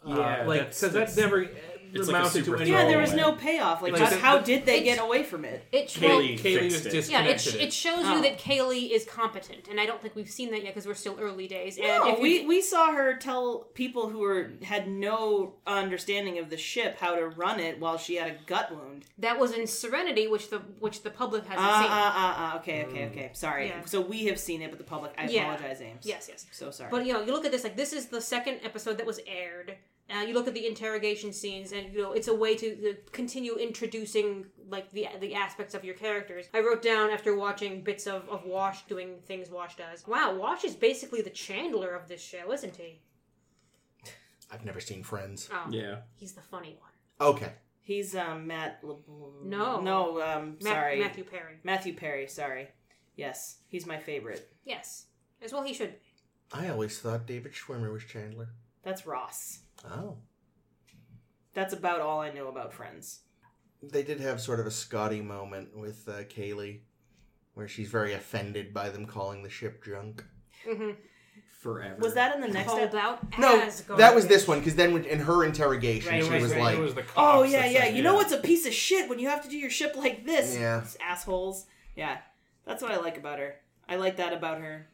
Speaker 5: Yeah,
Speaker 3: uh, like because
Speaker 5: that's-
Speaker 3: that
Speaker 5: that's-
Speaker 3: never uh,
Speaker 5: it's like a
Speaker 3: amounted
Speaker 5: super
Speaker 3: to anything.
Speaker 2: yeah, there was
Speaker 5: throwaway.
Speaker 2: no payoff. Like,
Speaker 3: Like,
Speaker 2: just
Speaker 3: the-
Speaker 2: how did they
Speaker 4: it's-
Speaker 2: get away from it?
Speaker 4: it
Speaker 5: Kaylee
Speaker 3: Kaylee
Speaker 5: fixed
Speaker 3: was
Speaker 5: it.
Speaker 3: just-
Speaker 4: Yeah, it, sh-
Speaker 3: connected
Speaker 4: it
Speaker 3: it.
Speaker 4: shows
Speaker 2: Oh.
Speaker 4: you that Kaylee is competent, and I don't think we've seen that yet because we're still early days. And
Speaker 2: No,
Speaker 4: if
Speaker 2: we,
Speaker 4: you-
Speaker 2: we saw her tell people who were had no understanding of the ship how to run it while she had a gut wound.
Speaker 4: that was in Serenity, which the which the public hasn't
Speaker 2: Ah
Speaker 4: seen.
Speaker 2: ah ah ah. Okay okay okay. Sorry.
Speaker 4: Yeah.
Speaker 2: So we have seen it, but the public. I
Speaker 4: Yeah.
Speaker 2: apologize, Ames.
Speaker 4: Yes, yes.
Speaker 2: So sorry.
Speaker 4: But you know, you look at this like this is the second episode that was aired. Uh, you look at the interrogation scenes, and you know it's a way to, to continue introducing like the the aspects of your characters. I wrote down after watching bits of, of Wash doing things Wash does. Wow, Wash is basically the Chandler of this show, isn't he?
Speaker 1: I've never seen Friends.
Speaker 4: Oh,
Speaker 5: Yeah.
Speaker 4: he's the funny one.
Speaker 1: Okay.
Speaker 2: he's um, Matt. LeBlanc.
Speaker 4: No.
Speaker 2: No. Um.
Speaker 4: Ma-
Speaker 2: sorry. Matthew.
Speaker 4: Matthew Perry.
Speaker 2: Perry. Sorry. Yes, he's my favorite.
Speaker 4: Yes, as well he should. be.
Speaker 1: I always thought David Schwimmer was Chandler.
Speaker 2: That's Ross.
Speaker 1: Oh.
Speaker 2: That's about all I know about Friends.
Speaker 1: They did have sort of a Scotty moment with uh, Kaylee, where she's very offended by them calling the ship junk.
Speaker 5: Forever.
Speaker 2: Was that in the next
Speaker 4: Called
Speaker 2: episode?
Speaker 4: out
Speaker 1: No,
Speaker 4: as
Speaker 1: that was
Speaker 4: garbage.
Speaker 1: this one because then when- in her interrogation,
Speaker 2: Right,
Speaker 1: she
Speaker 2: right,
Speaker 1: was
Speaker 2: right.
Speaker 1: like,
Speaker 3: it was the
Speaker 2: Oh
Speaker 3: cops
Speaker 2: yeah,
Speaker 3: that
Speaker 2: yeah.
Speaker 3: said
Speaker 2: You
Speaker 3: it.
Speaker 2: know what's a piece of shit when you have to do your ship like this?
Speaker 1: Yeah.
Speaker 2: These assholes. Yeah, that's what I like about her. I like that about her.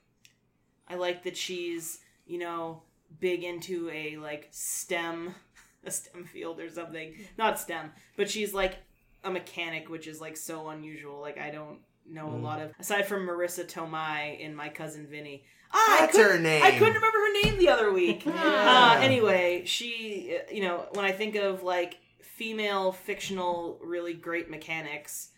Speaker 2: I like that she's you know big into a like STEM, a STEM field or something. Not STEM, but she's like a mechanic, which is like so unusual. Like I don't know a lot of aside from Marissa Tomei in My Cousin Vinny. Ah, I
Speaker 1: "That's
Speaker 2: couldn't-
Speaker 1: her name."
Speaker 2: I couldn't remember her name the other week.
Speaker 1: Yeah.
Speaker 2: uh, anyway, she, uh, you know, when I think of like female fictional, really great mechanics,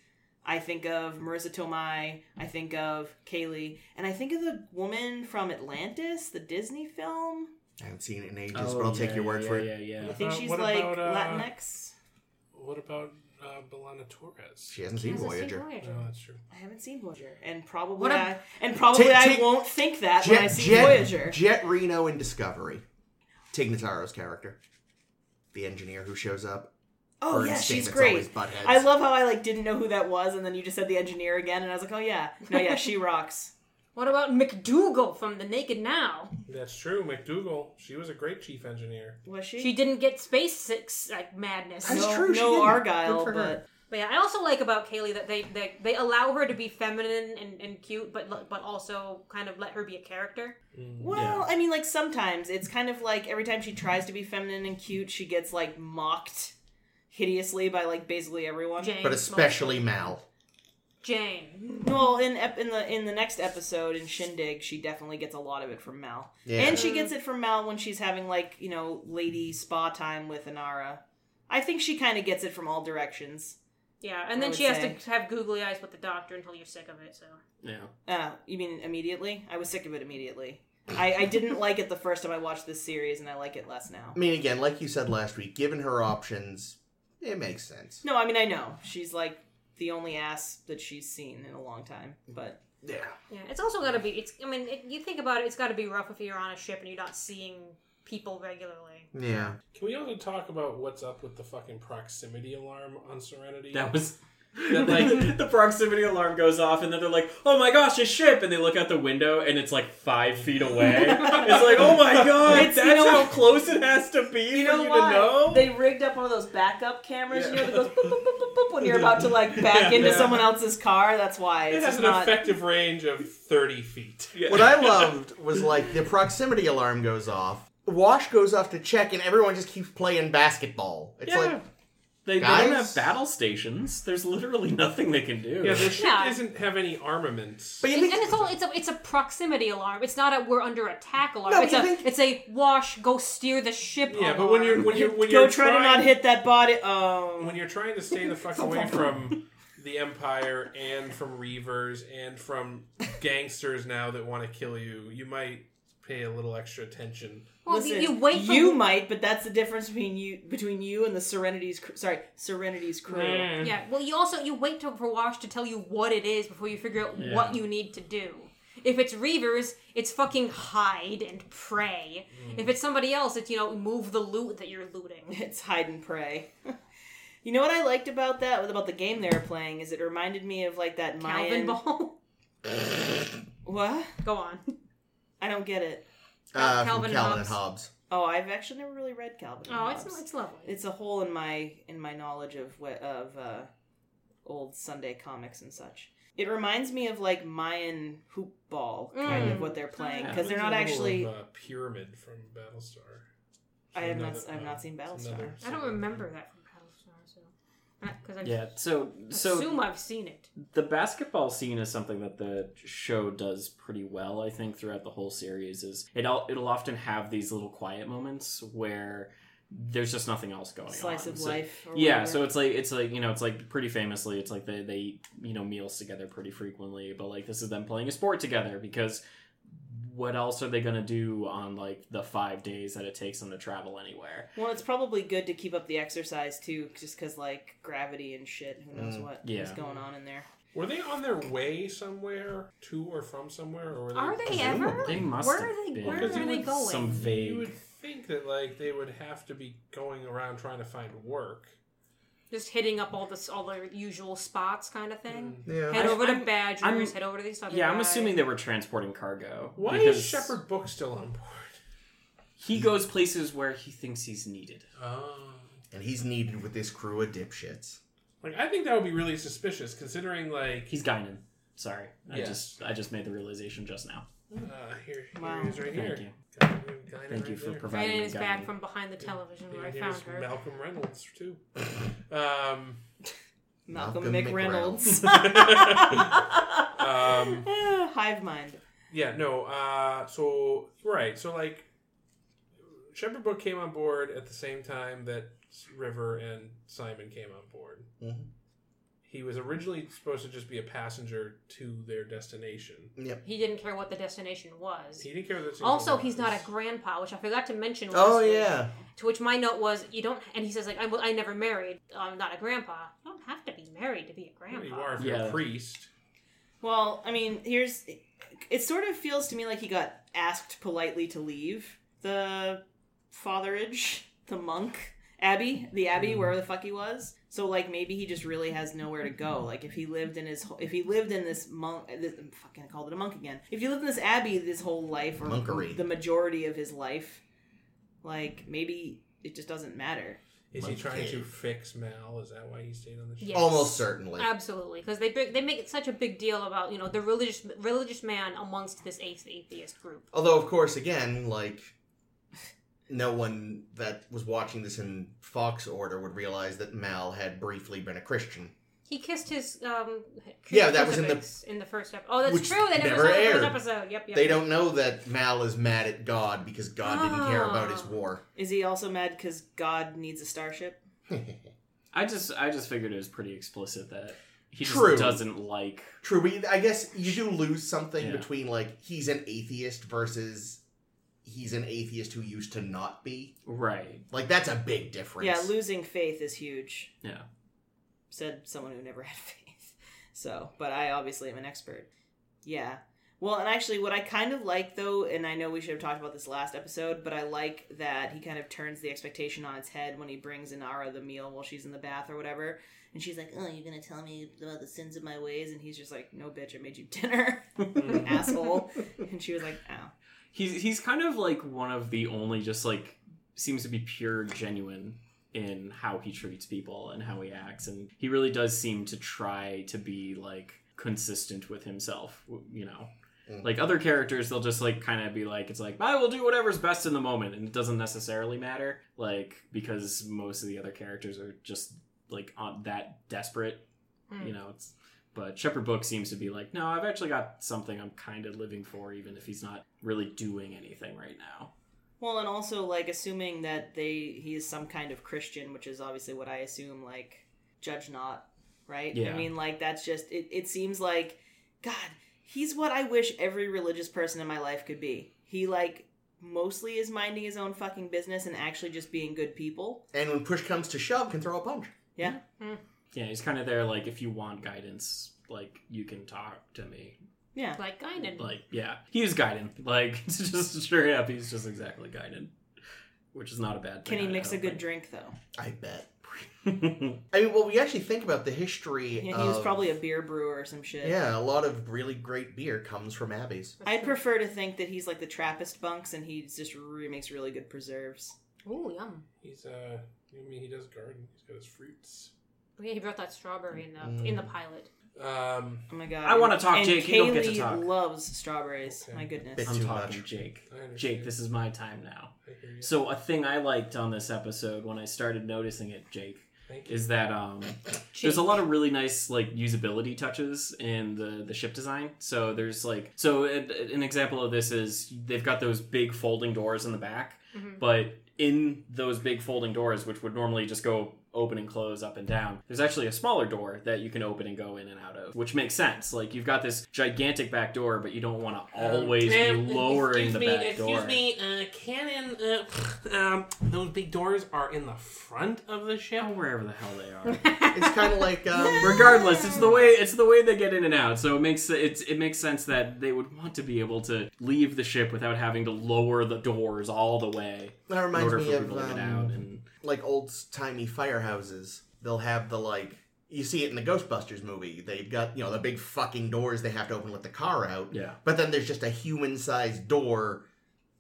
Speaker 2: I think of Marissa Tomei, I think of Kaylee, and I think of the woman from Atlantis, the Disney film.
Speaker 1: I haven't seen it in ages,
Speaker 5: Oh,
Speaker 1: but I'll
Speaker 5: yeah,
Speaker 1: take your word
Speaker 5: yeah,
Speaker 1: for it.
Speaker 5: Yeah, yeah.
Speaker 2: I think
Speaker 3: Uh,
Speaker 2: she's
Speaker 3: what
Speaker 2: like
Speaker 3: about, uh,
Speaker 2: Latinx.
Speaker 3: What about uh, Belana Torres?
Speaker 1: She hasn't
Speaker 4: He
Speaker 1: seen
Speaker 4: has the same
Speaker 1: Voyager.
Speaker 3: No, that's true.
Speaker 2: I haven't seen Voyager, and probably
Speaker 4: What a-
Speaker 2: I, and probably
Speaker 1: Ta-
Speaker 2: I
Speaker 1: ta-
Speaker 2: won't think that when I
Speaker 1: Jet,
Speaker 2: see
Speaker 1: Jet,
Speaker 2: Voyager.
Speaker 1: Jet Reno in Discovery. Tignataro's character, the engineer who shows up.
Speaker 2: oh
Speaker 1: Burns
Speaker 2: yeah,
Speaker 1: statements
Speaker 2: she's great.
Speaker 1: always butt heads.
Speaker 2: I love how I like didn't know who that was, and then you just said the engineer again, and I was like, oh yeah, no yeah, she rocks.
Speaker 4: What about McDougal from The Naked Now?
Speaker 3: That's true. McDougal. She was a great chief engineer.
Speaker 2: Was she?
Speaker 4: She didn't get space six like madness.
Speaker 1: That's
Speaker 2: no,
Speaker 1: true, she
Speaker 2: no
Speaker 1: didn't.
Speaker 2: Argyle,
Speaker 1: Good for her.
Speaker 2: but
Speaker 4: But yeah, I also like about Kaylee that they they, they allow her to be feminine and, and cute, but l- but also kind of let her be a character.
Speaker 2: well, I mean, like sometimes it's kind of like every time she tries to be feminine and cute, she gets like mocked hideously by like basically everyone.
Speaker 4: Jane,
Speaker 1: but especially Mal.
Speaker 4: Jane.
Speaker 2: Well, in ep- in the in the next episode in Shindig, she definitely gets a lot of it from Mal,
Speaker 1: Yeah.
Speaker 2: and she gets it from Mal when she's having like you know lady spa time with Anara. I think she kind of gets it from all directions.
Speaker 4: Yeah, and
Speaker 2: I
Speaker 4: then
Speaker 2: would
Speaker 4: she has
Speaker 2: say.
Speaker 4: to have googly eyes with the doctor until you're sick of it. So
Speaker 5: Yeah.
Speaker 2: Uh, you mean immediately? I was sick of it immediately. I, I didn't like it the first time I watched this series, and I like it less now.
Speaker 1: I mean, again, like you said last week, given her options, it makes sense.
Speaker 2: No, I mean I know she's like the only ass that she's seen in a long time, but
Speaker 1: Yeah.
Speaker 4: yeah, it's also got to be. It's I mean, it, you think about it, it's got to be rough if you're on a ship and you're not seeing people regularly.
Speaker 1: Yeah.
Speaker 3: Can we also talk about what's up with the fucking proximity alarm on Serenity?
Speaker 5: That was. that, like the proximity alarm goes off, and then they're like, "Oh my gosh, a ship!" And they look out the window, and it's like five feet away. it's like, "Oh my god,
Speaker 2: It's- you
Speaker 5: that's
Speaker 2: know
Speaker 5: how
Speaker 2: what?
Speaker 5: close it has to be for you to know."
Speaker 2: They rigged up one of those backup cameras, you know, that goes boop, boop, boop, boop, boop when you're about to like back
Speaker 5: Yeah.
Speaker 2: into someone else's car. That's why
Speaker 3: it
Speaker 2: it's
Speaker 3: has
Speaker 2: just
Speaker 3: an
Speaker 2: not.
Speaker 3: effective range of 30 feet.
Speaker 5: Yeah.
Speaker 1: What I loved was like the proximity alarm goes off. Wash goes off to check, and everyone just keeps playing basketball. It's
Speaker 5: Yeah.
Speaker 1: like
Speaker 5: They, they don't
Speaker 1: Guys?
Speaker 5: have battle stations. There's literally nothing they can do.
Speaker 3: Yeah, their ship
Speaker 4: Yeah.
Speaker 3: doesn't have any armaments.
Speaker 1: But you
Speaker 4: And,
Speaker 1: think
Speaker 4: and it's all it's a it's a proximity alarm. It's not a we're under attack alarm.
Speaker 1: No, but
Speaker 4: it's
Speaker 1: you
Speaker 4: a
Speaker 1: think-
Speaker 4: it's a wash go steer the ship.
Speaker 3: yeah,
Speaker 4: alarm.
Speaker 3: but when you're when you're when
Speaker 2: Go
Speaker 3: you're
Speaker 2: try to not hit that body. Oh.
Speaker 3: when you're trying to stay the fuck away from the Empire and from Reavers and from gangsters now that want to kill you, you might pay a little extra attention.
Speaker 4: well,
Speaker 2: Listen,
Speaker 4: you wait for
Speaker 2: you might, but that's the difference between you between you and the Serenity's cr- sorry Serenity's crew.
Speaker 3: Mm.
Speaker 4: Yeah, well, you also you wait till for Wash to tell you what it is before you figure out what you need to do. If it's Reavers, it's fucking hide and pray.
Speaker 3: Mm.
Speaker 4: If it's somebody else, it's you know move the loot that you're looting.
Speaker 2: It's hide and pray. you know what I liked about that about the game they were playing is it reminded me of like that Mayan.
Speaker 4: Calvin Ball,
Speaker 2: What?
Speaker 4: go on.
Speaker 2: I don't get it.
Speaker 1: uh,
Speaker 4: Calvin
Speaker 1: from
Speaker 4: and
Speaker 1: Calvin
Speaker 4: Hobbes.
Speaker 1: and Hobbes.
Speaker 2: Oh, I've actually never really read Calvin. and
Speaker 4: Oh, it's
Speaker 2: Hobbes.
Speaker 4: it's lovely.
Speaker 2: it's a hole in my in my knowledge of what of uh, old Sunday comics and such. It reminds me of like Mayan hoop ball kind of
Speaker 4: Mm.
Speaker 2: what they're playing
Speaker 5: yeah.
Speaker 2: because they're
Speaker 3: Reminds
Speaker 2: not
Speaker 3: me a little
Speaker 2: actually.
Speaker 3: of, uh, pyramid from Battlestar.
Speaker 2: I have not-
Speaker 3: Another-
Speaker 2: I've not
Speaker 3: uh,
Speaker 2: seen Battlestar.
Speaker 3: it's another
Speaker 4: I don't
Speaker 3: similar-
Speaker 4: remember that from Battlestar, so because I
Speaker 5: Yeah, so so
Speaker 4: assume I've seen it.
Speaker 5: the basketball scene is something that the show does pretty well i think throughout the whole series is it all it'll often have these little quiet moments where there's just nothing else going on
Speaker 2: Slice of
Speaker 5: So-
Speaker 2: life. or
Speaker 5: yeah
Speaker 2: whatever.
Speaker 5: so it's like it's like you know it's like pretty famously it's like they they eat, you know meals together pretty frequently but like this is them playing a sport together because what else are they going to do on like the five days that it takes them to travel anywhere
Speaker 2: Well, it's probably good to keep up the exercise too, just because like gravity and shit. Who knows
Speaker 1: Mm,
Speaker 2: what is
Speaker 5: yeah.
Speaker 2: going on in there?
Speaker 3: Were they on their way somewhere to or from somewhere, or were they?
Speaker 4: Are they ever?
Speaker 5: they must
Speaker 4: Where
Speaker 5: have
Speaker 4: are they-
Speaker 5: been
Speaker 4: where
Speaker 3: are they
Speaker 4: going?
Speaker 5: some vague
Speaker 3: You would think that like they would have to be going around trying to find work.
Speaker 4: Just hitting up all this all the usual spots, kind of thing.
Speaker 1: Yeah.
Speaker 4: Head
Speaker 5: Mm. I-
Speaker 4: over to
Speaker 5: I'm-
Speaker 4: Badgers.
Speaker 5: I'm-
Speaker 4: head over to these other.
Speaker 5: Yeah, I'm
Speaker 4: guys.
Speaker 5: assuming they were transporting cargo.
Speaker 3: Why
Speaker 5: because
Speaker 3: is Shepherd Book still on board?
Speaker 5: He goes places where he thinks he's needed.
Speaker 3: Oh.
Speaker 1: And he's needed with this crew of dipshits.
Speaker 3: Like I think that would be really suspicious, considering like
Speaker 5: He's Guinan. Sorry, I
Speaker 3: Yes.
Speaker 5: just I just made the realization just now.
Speaker 3: uh, here, here
Speaker 2: Wow.
Speaker 3: he is right
Speaker 5: Thank
Speaker 3: here.
Speaker 5: you.
Speaker 3: Got him in Guinan
Speaker 5: Thank you
Speaker 3: right
Speaker 5: for
Speaker 3: there.
Speaker 5: providing.
Speaker 4: Brandon
Speaker 5: me
Speaker 4: is
Speaker 5: Guinan.
Speaker 4: back from behind the television where I
Speaker 3: And
Speaker 4: found
Speaker 3: here's
Speaker 4: her.
Speaker 3: Malcolm Reynolds too. Um,
Speaker 2: Malcolm,
Speaker 1: Malcolm
Speaker 2: McReynolds.
Speaker 3: um,
Speaker 2: Eh, Hive mind.
Speaker 3: yeah, no. Uh, so right, so like Shepherd Book came on board at the same time that River and Simon came on board.
Speaker 5: Mm-hmm.
Speaker 1: Mhm.
Speaker 3: He was originally supposed to just be a passenger to their destination.
Speaker 4: He didn't care what the destination was.
Speaker 3: He didn't care that.
Speaker 4: Also, he's not a grandpa, which I forgot to mention. Last
Speaker 1: Oh
Speaker 4: week,
Speaker 1: yeah.
Speaker 4: To which my note was, "You don't." And he says, "Like I, well, I never married. I'm not a grandpa. You don't have to be married to be a grandpa."
Speaker 3: You are if you're a
Speaker 5: Yeah.
Speaker 3: priest.
Speaker 2: Well, I mean, here's it. Sort of feels to me like he got asked politely to leave the fatherage, the monk abbey, the abbey where the fuck he was. So like maybe he just really has nowhere to go. Like if he lived in his ho- if he lived in this monk, this, I'm fucking I called it a monk again. If he lived in this abbey this whole life or
Speaker 1: Monkery.
Speaker 2: the majority of his life, like maybe it just doesn't matter.
Speaker 3: Is he
Speaker 1: Monkey.
Speaker 3: trying to fix Mal? Is that why he stayed on the ship?
Speaker 4: Yes.
Speaker 1: Almost certainly.
Speaker 4: Absolutely, because they big- they make it such a big deal about you know the religious religious man amongst this athe- atheist group.
Speaker 1: Although, of course, again, like no one that was watching this in Fox order would realize that Mal had briefly been a Christian.
Speaker 4: He kissed his um
Speaker 1: Yeah, that was in the-
Speaker 4: crucifix in the first episode. Oh, that's
Speaker 1: Which
Speaker 4: true. They never,
Speaker 1: never
Speaker 4: saw the
Speaker 1: aired.
Speaker 4: first episode. Yep, yep.
Speaker 1: They don't know that Mal is mad at God because God didn't care about his
Speaker 4: Ah.
Speaker 1: war.
Speaker 2: Is he also mad because God needs a starship?
Speaker 5: I just I just figured it was pretty explicit that he just
Speaker 1: True.
Speaker 5: doesn't like.
Speaker 1: True, but I guess you do lose something
Speaker 5: Yeah.
Speaker 1: between like he's an atheist versus he's an atheist who used to not be.
Speaker 5: Right.
Speaker 1: Like that's a big difference.
Speaker 2: Yeah, losing faith is huge.
Speaker 5: Yeah.
Speaker 2: said someone who never had faith. So, but I obviously am an expert. Yeah. Well, and actually, what I kind of like though, and I know we should have talked about this last episode, but I like that he kind of turns the expectation on its head when he brings Inara the meal while she's in the bath or whatever. And she's like, Oh, you're going to tell me about the sins of my ways? And he's just like, No, bitch, I made you dinner, asshole. And she was like, Oh.
Speaker 5: He's he's kind of like one of the only just like seems to be pure genuine in how he treats people and how he acts and he really does seem to try to be like consistent with himself w- you know
Speaker 1: Mm.
Speaker 5: like other characters they'll just like kind of be like it's like i will do whatever's best in the moment and it doesn't necessarily matter like because most of the other characters are just like on that desperate.
Speaker 4: Hmm.
Speaker 2: Mm.
Speaker 5: You know, it's but Shepherd Book seems to be like, no, I've actually got something I'm kind of living for, even if he's not really doing anything right now.
Speaker 2: Well, and also like assuming that they he is some kind of Christian, which is obviously what I assume. Like, judge not, right?
Speaker 5: Yeah.
Speaker 2: I mean, like that's just it. It seems like God. He's what I wish every religious person in my life could be. He like mostly is minding his own fucking business and actually just being good people.
Speaker 1: And when push comes to shove, can throw a punch.
Speaker 2: Yeah.
Speaker 5: Yeah, he's kind of there. Like, if you want guidance, like you can talk to me.
Speaker 2: Yeah.
Speaker 4: Like Guinan.
Speaker 5: Like, yeah, he's guiding. Like, it's just straight up, he's just exactly guided, which is not a bad thing.
Speaker 2: Can he
Speaker 5: I- I
Speaker 2: mix a
Speaker 5: don't
Speaker 2: good drink though?
Speaker 1: I bet.
Speaker 5: think.
Speaker 1: I mean, well, we actually think about the history.
Speaker 2: Yeah, he was
Speaker 1: of-
Speaker 2: probably a beer brewer or some shit.
Speaker 1: Oh. Yeah, a lot of really great beer comes from abbeys.
Speaker 2: I'd prefer to think that he's like the Trappist bunks and he just re- makes really good preserves.
Speaker 4: Ooh, yum.
Speaker 3: He's uh, I mean, he does garden. He's got his fruits.
Speaker 4: Yeah, he brought that strawberry in the
Speaker 1: Mm.
Speaker 4: in the pilot.
Speaker 3: Um,
Speaker 2: Oh my god.
Speaker 5: I wanna talk,
Speaker 2: and
Speaker 5: Jake.
Speaker 2: Kaylee
Speaker 5: You don't get to talk.
Speaker 2: loves strawberries.
Speaker 3: Okay.
Speaker 2: My goodness.
Speaker 1: Bit
Speaker 5: I'm
Speaker 1: too
Speaker 5: talking,
Speaker 1: much.
Speaker 5: Jake.
Speaker 3: I understand.
Speaker 5: Jake, this is my time now.
Speaker 3: I hear you.
Speaker 5: So a thing I liked on this episode when I started noticing it, Jake,
Speaker 3: Thank you.
Speaker 5: is that um, there's a lot of really nice like usability touches in the the ship design. So there's like so an, an example of this is they've got those big folding doors in the back,
Speaker 3: Mm-hmm.
Speaker 4: Mhm.
Speaker 5: but in those big folding doors, which would normally just go open and close up and down, there's actually a smaller door that you can open and go in and out of, which makes sense. Like you've got this gigantic back door, but you don't want to always be
Speaker 3: Um,
Speaker 5: lowering
Speaker 3: excuse
Speaker 5: the
Speaker 3: me,
Speaker 5: back
Speaker 3: excuse
Speaker 5: door.
Speaker 3: me, uh, Canon, uh, um, those big doors are in the front of the ship.
Speaker 5: Oh, wherever the hell they are.
Speaker 1: It's kind of like um,
Speaker 5: Regardless, it's the way it's the way they get in and out. So it makes it's it makes sense that they would want to be able to leave the ship without having to lower the doors all the way
Speaker 1: that
Speaker 5: in
Speaker 1: reminds
Speaker 5: order
Speaker 1: me
Speaker 5: for
Speaker 1: of
Speaker 5: people to get out.
Speaker 1: um,
Speaker 5: And
Speaker 1: like old timey firehouses. They'll have the like you see it in the Ghostbusters movie. They've got you know the big fucking doors they have to open to let the car out.
Speaker 5: yeah,
Speaker 1: But then there's just a human sized door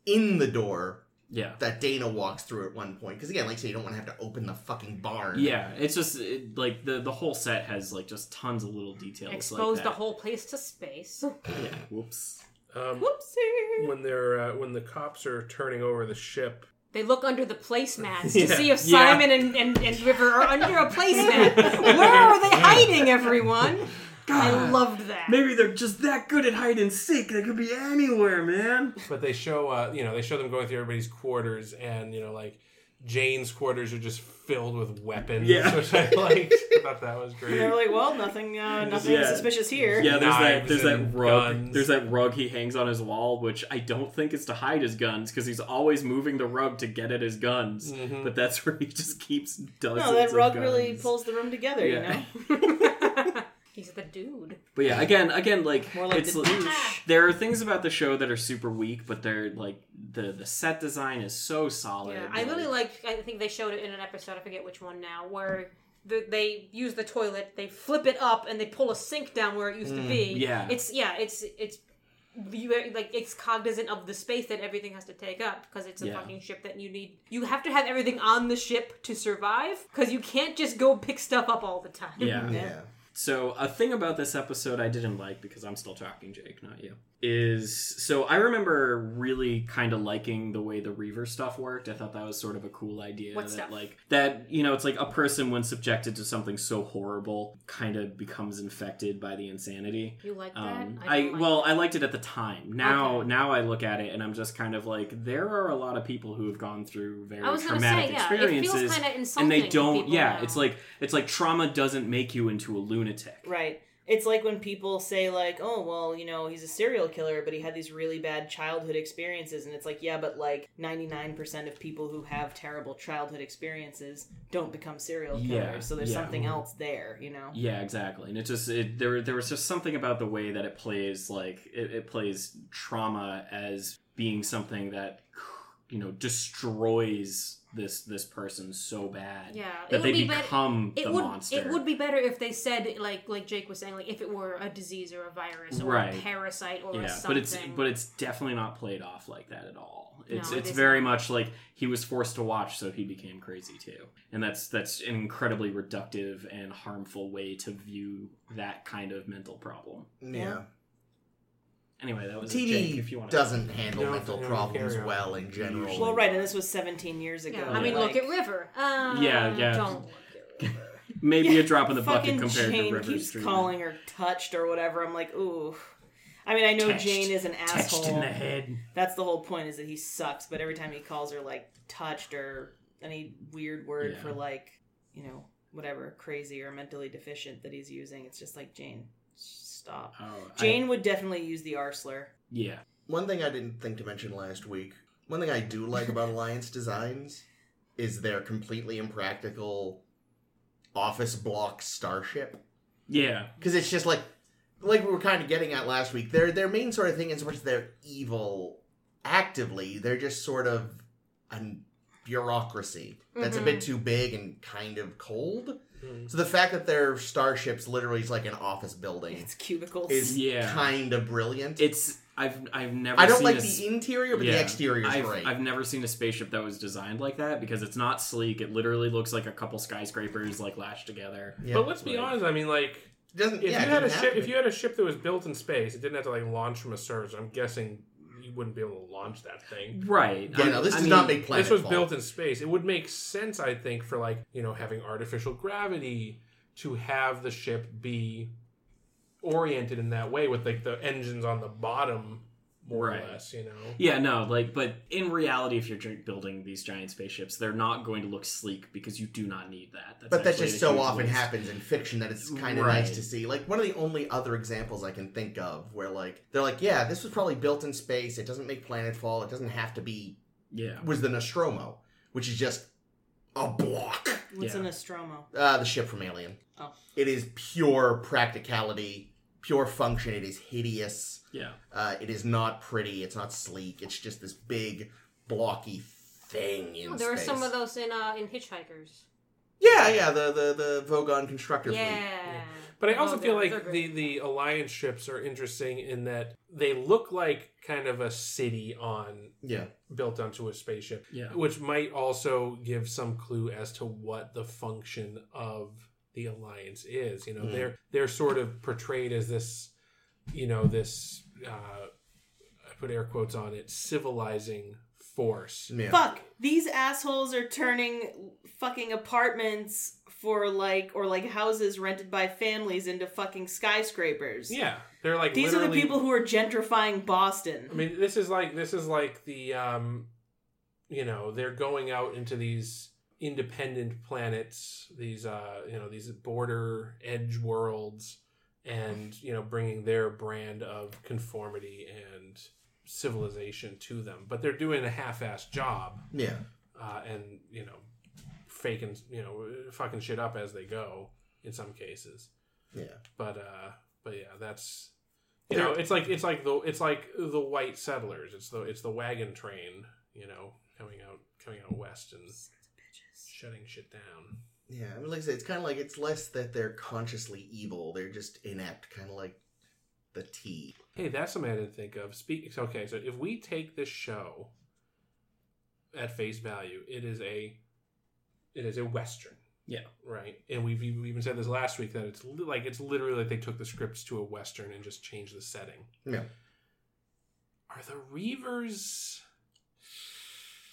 Speaker 1: in the door
Speaker 5: yeah,
Speaker 1: that Dana walks through at one point. Because again, like I say, you don't want to have to open the fucking barn.
Speaker 5: yeah. It's just it, like the the whole set has like just tons of little details.
Speaker 4: Exposed
Speaker 5: like
Speaker 4: the
Speaker 5: that.
Speaker 4: whole place to space.
Speaker 5: Yeah. Whoops.
Speaker 3: Um,
Speaker 4: Whoopsie.
Speaker 3: when they're uh, when the cops are turning over the ship,
Speaker 4: They look under the placemats
Speaker 5: Yeah.
Speaker 4: to see if
Speaker 5: Yeah.
Speaker 4: Simon and, and, and River are under a placemat. Where are they hiding, everyone? I loved that.
Speaker 5: Maybe they're just that good at hide and seek. They could be anywhere, man.
Speaker 3: but they show uh, you know they show them going through everybody's quarters, and you know like Jane's quarters are just filled with weapons.
Speaker 5: Yeah.
Speaker 3: which I liked. I thought that was
Speaker 2: And they're
Speaker 3: great.
Speaker 2: like, well, nothing, uh, nothing
Speaker 5: Yeah.
Speaker 2: suspicious here.
Speaker 5: Yeah, there's that
Speaker 3: Knives
Speaker 5: there's that
Speaker 3: and
Speaker 5: rug
Speaker 3: guns.
Speaker 5: there's that rug he hangs on his wall, which I don't think is to hide his guns because he's always moving the rug to get at his guns.
Speaker 3: Mhm.
Speaker 5: But that's where he just keeps dozens.
Speaker 2: No, that
Speaker 5: of
Speaker 2: rug really
Speaker 5: guns.
Speaker 2: pulls the room together.
Speaker 5: Yeah.
Speaker 2: You know,
Speaker 4: He's the dude.
Speaker 5: But yeah, again, again, like
Speaker 2: more like
Speaker 5: it's
Speaker 2: the
Speaker 5: like-
Speaker 2: douche.
Speaker 5: there are things about the show that are super weak, but they're like the the set design is so solid.
Speaker 4: Yeah, I really liked. I think they showed it in an episode. I forget which one now, where the, they use the toilet, they flip it up, and they pull a sink down where it used to be.
Speaker 5: Mm, yeah.
Speaker 4: it's yeah, it's it's you- like it's cognizant of the space that everything has to take up because it's a
Speaker 5: Yeah.
Speaker 4: fucking ship that you need. You have to have everything on the ship to survive because you can't just go pick stuff up all the time.
Speaker 5: yeah.
Speaker 1: Yeah.
Speaker 5: So a thing about this episode I didn't like because I'm still talking, Jake, not you. Is so I remember really kind of liking the way the Reaver stuff worked. I thought that was sort of a cool idea.
Speaker 4: What
Speaker 5: that
Speaker 4: stuff?
Speaker 5: like that you know it's like a person when subjected to something so horrible kind of becomes infected by the insanity.
Speaker 4: You like that?
Speaker 5: Um,
Speaker 4: don't
Speaker 5: I,
Speaker 4: like
Speaker 5: well,
Speaker 4: that.
Speaker 5: I liked it at the time. Now,
Speaker 4: Okay.
Speaker 5: now I look at it and I'm just kind of like, there are a lot of people who have gone through very
Speaker 4: I was gonna
Speaker 5: traumatic
Speaker 4: say, yeah, it
Speaker 5: experiences,
Speaker 4: feels kind of insulting.
Speaker 5: and they
Speaker 4: to
Speaker 5: don't.
Speaker 4: people
Speaker 5: Yeah,
Speaker 4: now.
Speaker 5: it's like it's like trauma doesn't make you into a lunatic.
Speaker 2: right? It's like when people say, like, oh, well, you know, he's a serial killer, but he had these really bad childhood experiences, and it's like, yeah, but like ninety nine percent of people who have terrible childhood experiences don't become serial killers.
Speaker 5: Yeah,
Speaker 2: so there's
Speaker 5: yeah.
Speaker 2: something else there, you know.
Speaker 5: Yeah, exactly. And it just it, there there was just something about the way that it plays like it, it plays trauma as being something that you know destroys this this person so bad
Speaker 4: Yeah, it
Speaker 5: that they
Speaker 4: would be better-
Speaker 5: become
Speaker 4: it
Speaker 5: the
Speaker 4: would
Speaker 5: monster.
Speaker 4: it would be better if they said like like Jake was saying like if it were a disease or a virus or a
Speaker 5: Right.
Speaker 4: parasite or a
Speaker 5: yeah,
Speaker 4: something.
Speaker 5: but it's but it's definitely not played off like that at all. It's
Speaker 4: it
Speaker 5: it's
Speaker 4: isn't.
Speaker 5: very much like he was forced to watch, so he became crazy too, and that's that's an incredibly reductive and harmful way to view that kind of mental problem.
Speaker 1: Yeah.
Speaker 5: Anyway, that was it. Jake, if you
Speaker 1: TV
Speaker 5: want
Speaker 1: doesn't handle
Speaker 3: No,
Speaker 1: mental
Speaker 3: no,
Speaker 1: problems
Speaker 3: carry on.
Speaker 1: well in general.
Speaker 2: Well, right, and this was seventeen years ago.
Speaker 4: yeah, I mean,
Speaker 2: like-
Speaker 4: look at River. Uh,
Speaker 5: Yeah, yeah.
Speaker 4: Don't look at River.
Speaker 5: maybe a drop in the bucket
Speaker 2: Fucking
Speaker 5: compared
Speaker 2: Jane
Speaker 5: to Rivers
Speaker 2: keeps
Speaker 5: Street.
Speaker 2: calling her touched or whatever. I'm like, ooh. I mean, I know
Speaker 5: Touched.
Speaker 2: Jane is an asshole.
Speaker 5: Touched in the head.
Speaker 2: That's the whole point is that he sucks, but every time he calls her like touched or any weird word
Speaker 5: Yeah.
Speaker 2: for like, you know, whatever, crazy or mentally deficient that he's using, it's just like Jane, stop.
Speaker 5: Oh, I-
Speaker 2: Jane would definitely use the R slur.
Speaker 5: yeah.
Speaker 1: One thing I didn't think to mention last week, one thing I do like about Alliance Designs is their completely impractical office block starship.
Speaker 5: Yeah.
Speaker 1: Because it's just like, like we were kind of getting at last week, their, their main sort of thing is much they're evil actively, they're just sort of a bureaucracy that's a bit
Speaker 5: Mm-hmm.
Speaker 1: too big and kind of cold.
Speaker 3: Mhm.
Speaker 1: So the fact that their starships literally is like an office building
Speaker 2: It's cubicles.
Speaker 1: is
Speaker 5: Yeah.
Speaker 1: kind of brilliant.
Speaker 5: It's I've I've never.
Speaker 1: I don't
Speaker 5: seen
Speaker 1: like
Speaker 5: a s-
Speaker 1: the interior, but the
Speaker 5: Yeah.
Speaker 1: exterior is
Speaker 5: I've,
Speaker 1: great.
Speaker 5: I've never seen a spaceship that was designed like that because it's not sleek. It literally looks like a couple skyscrapers like lashed together.
Speaker 1: Yeah.
Speaker 3: But let's be
Speaker 5: Like-
Speaker 3: honest. I mean, like
Speaker 1: It doesn't.
Speaker 3: if
Speaker 1: yeah,
Speaker 3: you
Speaker 1: it
Speaker 3: had a
Speaker 1: doesn't
Speaker 3: ship,
Speaker 1: have to
Speaker 3: if
Speaker 1: be.
Speaker 3: you had a ship that was built in space, it didn't have to like launch from a surge. I'm guessing you wouldn't be able to launch that thing.
Speaker 5: Right.
Speaker 1: yeah,
Speaker 5: I-
Speaker 1: no, this
Speaker 5: I
Speaker 1: does
Speaker 5: mean,
Speaker 1: not make planet.
Speaker 3: this was
Speaker 1: Fall.
Speaker 3: built in space. It would make sense, I think, for like you know having artificial gravity to have the ship be oriented in that way with like the engines on the bottom, more
Speaker 5: Right.
Speaker 3: or less. You know.
Speaker 5: Yeah, no, like, but in reality, if you're gi- building these giant spaceships, they're not going to look sleek because you do not need that. That's
Speaker 1: But that
Speaker 5: actually
Speaker 1: just
Speaker 5: a
Speaker 1: so
Speaker 5: huge
Speaker 1: often
Speaker 5: waste.
Speaker 1: happens in fiction that it's kind of
Speaker 5: Right.
Speaker 1: nice to see. Like one of the only other examples I can think of where like they're like, yeah, this was probably built in space. It doesn't make planetfall. It doesn't have to be.
Speaker 5: Yeah.
Speaker 1: Was the Nostromo, which is just a block.
Speaker 2: What's
Speaker 5: yeah.
Speaker 2: an Nostromo?
Speaker 1: Uh, the ship from Alien.
Speaker 2: Oh.
Speaker 1: It is pure practicality, pure function. It is hideous.
Speaker 5: Yeah.
Speaker 1: Uh, it is not pretty. It's not sleek. It's just this big, blocky thing in
Speaker 4: there were
Speaker 1: space.
Speaker 4: some of those in uh, in Hitchhikers.
Speaker 1: Yeah, yeah, the the the Vogon constructor. fleet.
Speaker 4: Yeah.
Speaker 3: But I
Speaker 2: Oh,
Speaker 3: also
Speaker 4: No,
Speaker 3: feel
Speaker 4: they're-
Speaker 3: like
Speaker 4: they're great.
Speaker 3: the the alliance ships are interesting in that they look like kind of a city on
Speaker 1: Yeah.
Speaker 3: built onto a spaceship,
Speaker 5: Yeah.
Speaker 3: which might also give some clue as to what the function of the alliance is. You know,
Speaker 1: Mhm.
Speaker 3: they're they're sort of portrayed as this, you know, this uh, I put air quotes on it, civilizing force.
Speaker 1: Yeah.
Speaker 2: Fuck, these assholes are turning fucking apartments for like or like houses rented by families into fucking skyscrapers.
Speaker 3: Yeah, they're like
Speaker 2: These are the
Speaker 3: literally-
Speaker 2: people who are gentrifying Boston.
Speaker 3: I mean, this is like this is like the um, you know, they're going out into these independent planets, these uh, you know, these border edge worlds, and you know, bringing their brand of conformity and civilization to them. But they're doing a half-assed job,
Speaker 1: Yeah.
Speaker 3: uh, and you know, faking, you know, fucking shit up as they go in some cases
Speaker 1: Yeah.
Speaker 3: but uh but yeah that's you know it's like it's like the it's like the white settlers it's the it's the wagon train you know coming out coming out west and shutting shit down
Speaker 1: Yeah. I mean, like I said, it's kind of like it's less that they're consciously evil; they're just inept, kind of like the T.
Speaker 3: hey that's something i didn't think of speak okay so if we take this show at face value it is a it is a western
Speaker 5: Yeah.
Speaker 3: right and we've we even said this last week that it's li- like it's literally like they took the scripts to a western and just changed the setting
Speaker 1: Yeah.
Speaker 3: are the reavers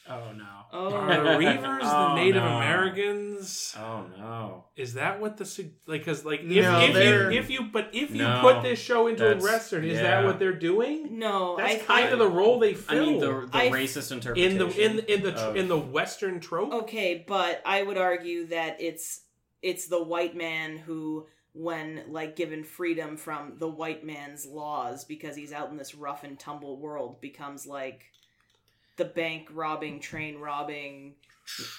Speaker 5: Oh, no.
Speaker 3: Are
Speaker 2: Oh,
Speaker 3: the Reavers
Speaker 5: Oh,
Speaker 3: the Native
Speaker 5: no.
Speaker 3: Americans?
Speaker 5: Oh, no.
Speaker 3: Is that what the sug- like? Because like, if,
Speaker 1: No,
Speaker 3: if
Speaker 1: they're-
Speaker 3: you if you but if you
Speaker 5: No.
Speaker 3: put this show into a
Speaker 5: That's-
Speaker 3: western, is
Speaker 5: yeah.
Speaker 3: that what they're doing?
Speaker 2: no,
Speaker 3: That's
Speaker 2: I
Speaker 3: kind of the role they
Speaker 5: I
Speaker 3: fill
Speaker 5: mean, the, the
Speaker 2: I-
Speaker 5: racist
Speaker 3: in
Speaker 5: interpretation.
Speaker 3: the in in the tr
Speaker 5: of-
Speaker 3: in the western trope.
Speaker 2: Okay, but I would argue that it's it's the white man who when like given freedom from the white man's laws because he's out in this rough and tumble world becomes like the bank robbing, train robbing,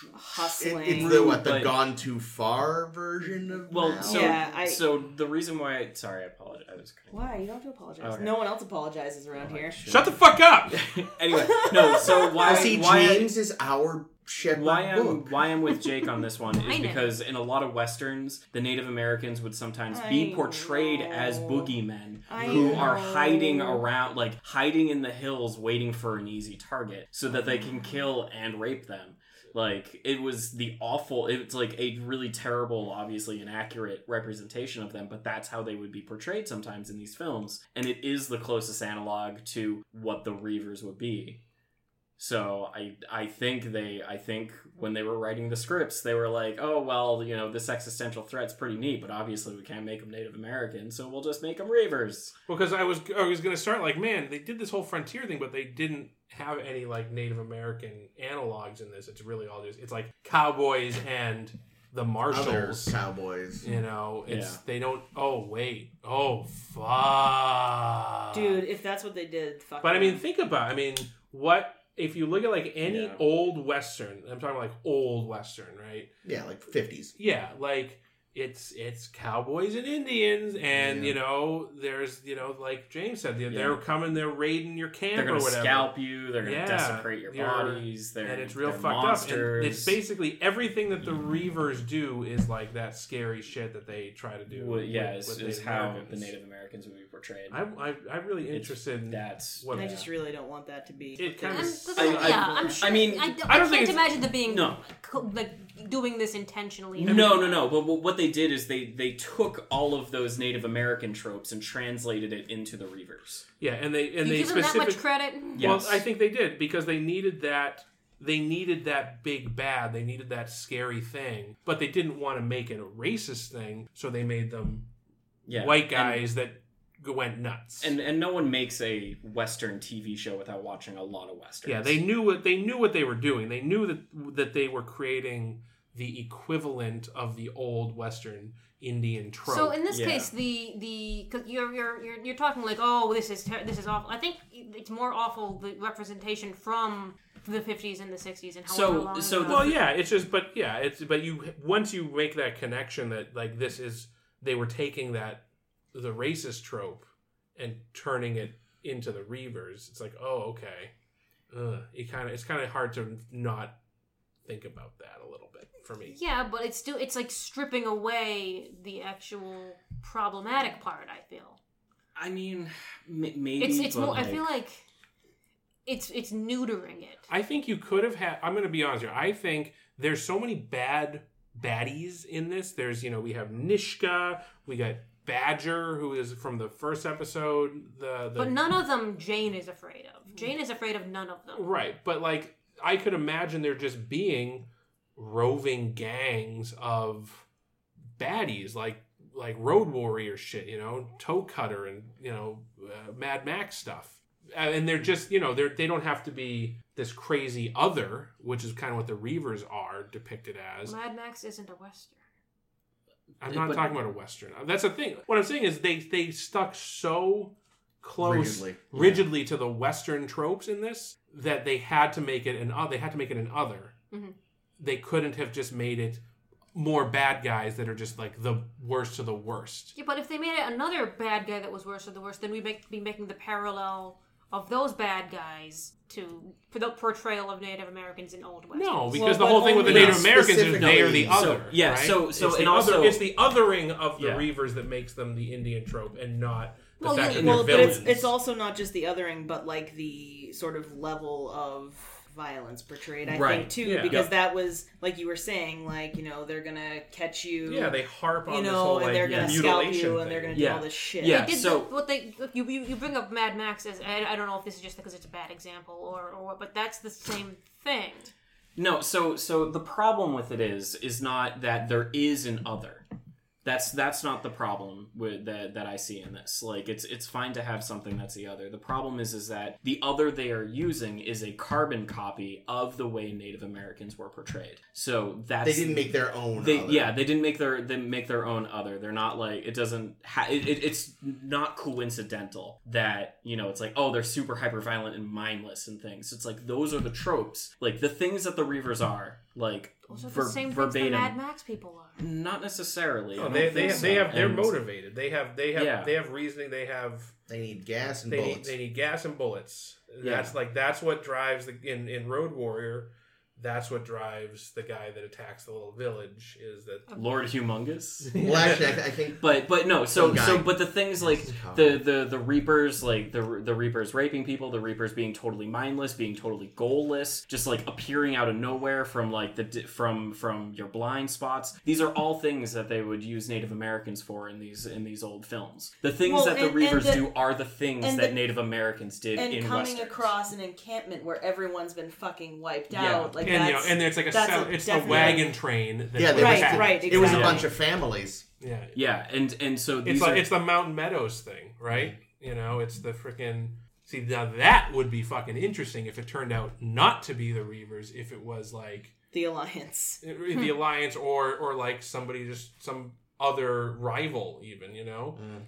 Speaker 1: It,
Speaker 2: hustling.
Speaker 1: it's the what the
Speaker 5: Like-
Speaker 1: gone too far version of
Speaker 5: Well,
Speaker 1: now?
Speaker 5: so,
Speaker 2: Yeah, I-
Speaker 5: so the reason why. I, sorry, I apologize. I was cutting-
Speaker 2: Why? You don't have to apologize.
Speaker 5: Okay.
Speaker 2: No one else apologizes
Speaker 3: Oh
Speaker 2: around here.
Speaker 3: Shut the fuck up!
Speaker 5: anyway, no, so why.
Speaker 1: Well, see,
Speaker 5: why I-
Speaker 1: James is our shepherd
Speaker 5: why I'm
Speaker 1: book.
Speaker 5: why I'm with Jake on this one
Speaker 4: I
Speaker 5: is
Speaker 4: know.
Speaker 5: because in a lot of westerns, the Native Americans would sometimes
Speaker 2: I
Speaker 5: be portrayed as
Speaker 2: know.
Speaker 5: boogeymen
Speaker 2: I
Speaker 5: who are
Speaker 2: know.
Speaker 5: hiding around, like hiding in the hills, waiting for an easy target so that they can kill and rape them. Like it was the awful. It's like a really terrible, obviously inaccurate representation of them, but that's how they would be portrayed sometimes in these films, and it is the closest analog to what the Reavers would be. So I I think they I think when they were writing the scripts they were like oh well you know this existential threat's pretty neat but obviously we can't make them Native American so we'll just make them ravers.
Speaker 3: Well, because I was I was gonna start like, man, they did this whole frontier thing, but they didn't have any like Native American analogs in this. It's really all just it's like cowboys and the
Speaker 1: Other
Speaker 3: marshals.
Speaker 1: cowboys.
Speaker 3: You know, it's
Speaker 5: Yeah.
Speaker 3: they don't. Oh wait, oh fuck,
Speaker 2: Dude, if that's what they did, fuck.
Speaker 3: But I mean,
Speaker 2: them.
Speaker 3: think about. I mean, what if you look at like any
Speaker 5: Yeah.
Speaker 3: old western? I'm talking like old western, right?
Speaker 1: Yeah, like 50s.
Speaker 3: yeah like it's it's cowboys and indians and
Speaker 1: Yeah.
Speaker 3: you know there's you know like james said they're,
Speaker 5: Yeah.
Speaker 3: they're coming they're raiding your camp
Speaker 5: They're
Speaker 3: or
Speaker 5: gonna
Speaker 3: whatever
Speaker 5: scalp you. They're gonna
Speaker 3: Yeah,
Speaker 5: desecrate your
Speaker 3: you're-
Speaker 5: bodies. They're
Speaker 3: and it's real
Speaker 5: they're
Speaker 3: fucked up
Speaker 5: monsters.
Speaker 3: and it's basically everything that the reavers do is like that scary shit that they try to do
Speaker 5: Well, yeah,
Speaker 3: with-
Speaker 5: is,
Speaker 3: with
Speaker 5: is
Speaker 3: Native
Speaker 5: how
Speaker 3: Americans.
Speaker 5: the Native Americans would be portrayed.
Speaker 3: I'm, I'm, I'm really
Speaker 5: It's-
Speaker 3: interested in that
Speaker 5: That's
Speaker 3: what
Speaker 2: I just really don't want that to be.
Speaker 3: It kinda
Speaker 4: I'm,
Speaker 3: s-
Speaker 4: yeah,
Speaker 5: I- I-
Speaker 4: I'm sure.
Speaker 5: I mean,
Speaker 4: I, don't,
Speaker 3: I
Speaker 4: I
Speaker 3: don't think it's-
Speaker 4: can't imagine them being
Speaker 5: No.
Speaker 4: co- like doing this intentionally.
Speaker 5: no, no, no. But, but what they did is they they took all of those Native American tropes and translated it into the Reavers.
Speaker 3: yeah and they and
Speaker 4: You
Speaker 3: they
Speaker 4: give them that
Speaker 3: specifically
Speaker 4: much credit?
Speaker 5: Yes,
Speaker 3: Well, I think they did because they needed that. They needed that big bad. They needed that scary thing, but they didn't want to make it a racist thing, so they made them
Speaker 5: yeah.
Speaker 3: white
Speaker 5: And-
Speaker 3: guys that g- went nuts.
Speaker 5: And, and no one makes a Western TV show without watching a lot of westerns.
Speaker 3: yeah, they knew what they knew what they were doing. They knew that that they were creating the equivalent of the old Western Indian trope.
Speaker 4: So in this
Speaker 5: Yeah.
Speaker 4: case, the the cause you're, you're you're you're talking like, oh, this is ter- this is awful. I think it's more awful the representation from the 50s and the 60s and how
Speaker 5: So-
Speaker 4: long
Speaker 5: so
Speaker 4: ago.
Speaker 5: the-
Speaker 3: well, yeah, it's just, but yeah, it's but you once you make that connection that like this is they were taking that the racist trope and turning it into the Reavers. It's like, oh, okay. Ugh, it kind of it's kind of hard to not think about that a little bit for me.
Speaker 4: Yeah, but it's still it's like stripping away the actual problematic part. I feel
Speaker 5: I mean, m- maybe
Speaker 4: it's it's
Speaker 5: but
Speaker 4: more.
Speaker 5: Like,
Speaker 4: I feel like it's it's neutering it.
Speaker 3: I think you could have had. I'm going to be honest here. I think there's so many bad baddies in this. There's you know we have Nishka, we got Badger, who is from the first episode. The, the
Speaker 4: But none of them Jane is afraid of. Jane is afraid of none of them.
Speaker 3: Right, but like I could imagine there just being roving gangs of baddies, like like road warrior shit, you know, toe cutter and you know uh, Mad Max stuff. Uh, And they're just you know they are they don't have to be this crazy other, which is kind of what the Reavers are depicted as.
Speaker 4: Mad Max isn't a western.
Speaker 3: I'm not
Speaker 5: But-
Speaker 3: talking about a Western. That's the thing. What I'm saying is they they stuck so close
Speaker 1: Rigidly.
Speaker 3: rigidly, to the Western tropes in this that they had to make it an other. They had to make it an other.
Speaker 2: Mm-hmm.
Speaker 4: Mhm.
Speaker 3: They couldn't have just made it more bad guys that are just like the worst of the worst.
Speaker 4: Yeah, but if they made it another bad guy that was worse of the worst, then we make be making the parallel of those bad guys to for the portrayal of Native Americans in old westerns.
Speaker 3: No, because
Speaker 2: but
Speaker 3: the whole thing with the
Speaker 5: only
Speaker 3: Native Americans is
Speaker 1: specifically-
Speaker 3: they are the
Speaker 1: So,
Speaker 3: other.
Speaker 5: yeah,
Speaker 3: right?
Speaker 5: so- so-
Speaker 3: it's the
Speaker 5: and
Speaker 3: other,
Speaker 5: also-
Speaker 3: it's the othering of the
Speaker 5: Yeah.
Speaker 3: Reavers that makes them the Indian trope and not the
Speaker 4: Well,
Speaker 3: fact
Speaker 4: yeah,
Speaker 3: that
Speaker 2: well,
Speaker 3: they're
Speaker 2: but it's
Speaker 3: villains.
Speaker 2: it's also not just the othering, but like the sort of level of violence portrayed. I
Speaker 5: Right.
Speaker 2: think too,
Speaker 3: Yeah.
Speaker 2: because that was like you were saying, like you know they're gonna catch you.
Speaker 3: yeah, they harp on
Speaker 2: you
Speaker 3: this whole
Speaker 2: know,
Speaker 3: like,
Speaker 2: and they're gonna scalp
Speaker 3: mutilation
Speaker 2: you,
Speaker 3: thing.
Speaker 2: and they're gonna do
Speaker 5: Yeah.
Speaker 2: all this shit.
Speaker 5: Yeah.
Speaker 4: They did
Speaker 5: so-
Speaker 4: the- what they you, you you bring up Mad Max as I, I don't know if this is just because it's a bad example or or what, but that's the same thing.
Speaker 5: No, so so the problem with it is is not that there is an other. That's that's not the problem with that that I see in this. Like it's it's fine to have something that's the other. The problem is is that the other they are using is a carbon copy of the way Native Americans were portrayed. So that's
Speaker 1: They didn't make their own.
Speaker 5: they
Speaker 1: other.
Speaker 5: yeah they didn't make their they make their own other they're not like it doesn't ha- it, it, it's not coincidental that you know it's like oh they're super hyper violent and mindless and things it's like those are the tropes like the things that the reavers are like
Speaker 4: Those are
Speaker 5: ver-
Speaker 4: the same things
Speaker 5: verbatim
Speaker 4: the Mad Max people are.
Speaker 5: not necessarily I
Speaker 3: No,
Speaker 5: don't
Speaker 3: Oh, they they,
Speaker 5: think
Speaker 3: they
Speaker 5: so.
Speaker 3: have they're
Speaker 5: And-
Speaker 3: motivated. They have they have
Speaker 5: Yeah.
Speaker 3: they have reasoning. They have
Speaker 1: They need gas and
Speaker 3: they need
Speaker 1: bullets.
Speaker 3: they need gas and bullets.
Speaker 5: Yeah.
Speaker 3: That's like that's what drives the in in Road Warrior. that's what drives the guy that attacks the little village is that
Speaker 2: Oh,
Speaker 5: Lord Humongous.
Speaker 1: Well, actually, I, th- I think
Speaker 5: But but no, so
Speaker 1: Some guy.
Speaker 5: so but the things like
Speaker 1: Colin.
Speaker 5: the the the reapers like the the reapers raping people, the reapers being totally mindless, being totally goalless, just like appearing out of nowhere from like the di- from from your blind spots. These are all things that they would use Native Americans for in these in these old films. The things
Speaker 2: Well,
Speaker 5: that the
Speaker 2: and- and
Speaker 5: reapers
Speaker 2: the-
Speaker 5: do are the things
Speaker 2: and
Speaker 5: that
Speaker 2: the-
Speaker 5: Native Americans did
Speaker 2: and
Speaker 5: in
Speaker 2: coming
Speaker 5: Westerns.
Speaker 2: across an encampment where everyone's been fucking wiped
Speaker 5: Yeah.
Speaker 2: out. Like
Speaker 3: and you know
Speaker 2: that's
Speaker 3: and it's like a
Speaker 2: that's
Speaker 3: sell,
Speaker 2: a
Speaker 3: it's the
Speaker 2: definite-
Speaker 3: wagon train that
Speaker 1: yeah, they
Speaker 2: Right,
Speaker 1: were just-
Speaker 2: right,
Speaker 1: It was a
Speaker 2: exactly.
Speaker 1: bunch of families.
Speaker 3: yeah
Speaker 5: Yeah, and and so these
Speaker 3: it's like
Speaker 5: are,
Speaker 3: it's the Mountain Meadows thing, right?
Speaker 1: Mm-hmm.
Speaker 3: You know, it's the freaking see now that would be fucking interesting if it turned out not to be the Reavers, if it was like
Speaker 2: the alliance.
Speaker 3: the Alliance or or like somebody just some other rival, even you know.
Speaker 1: Mm.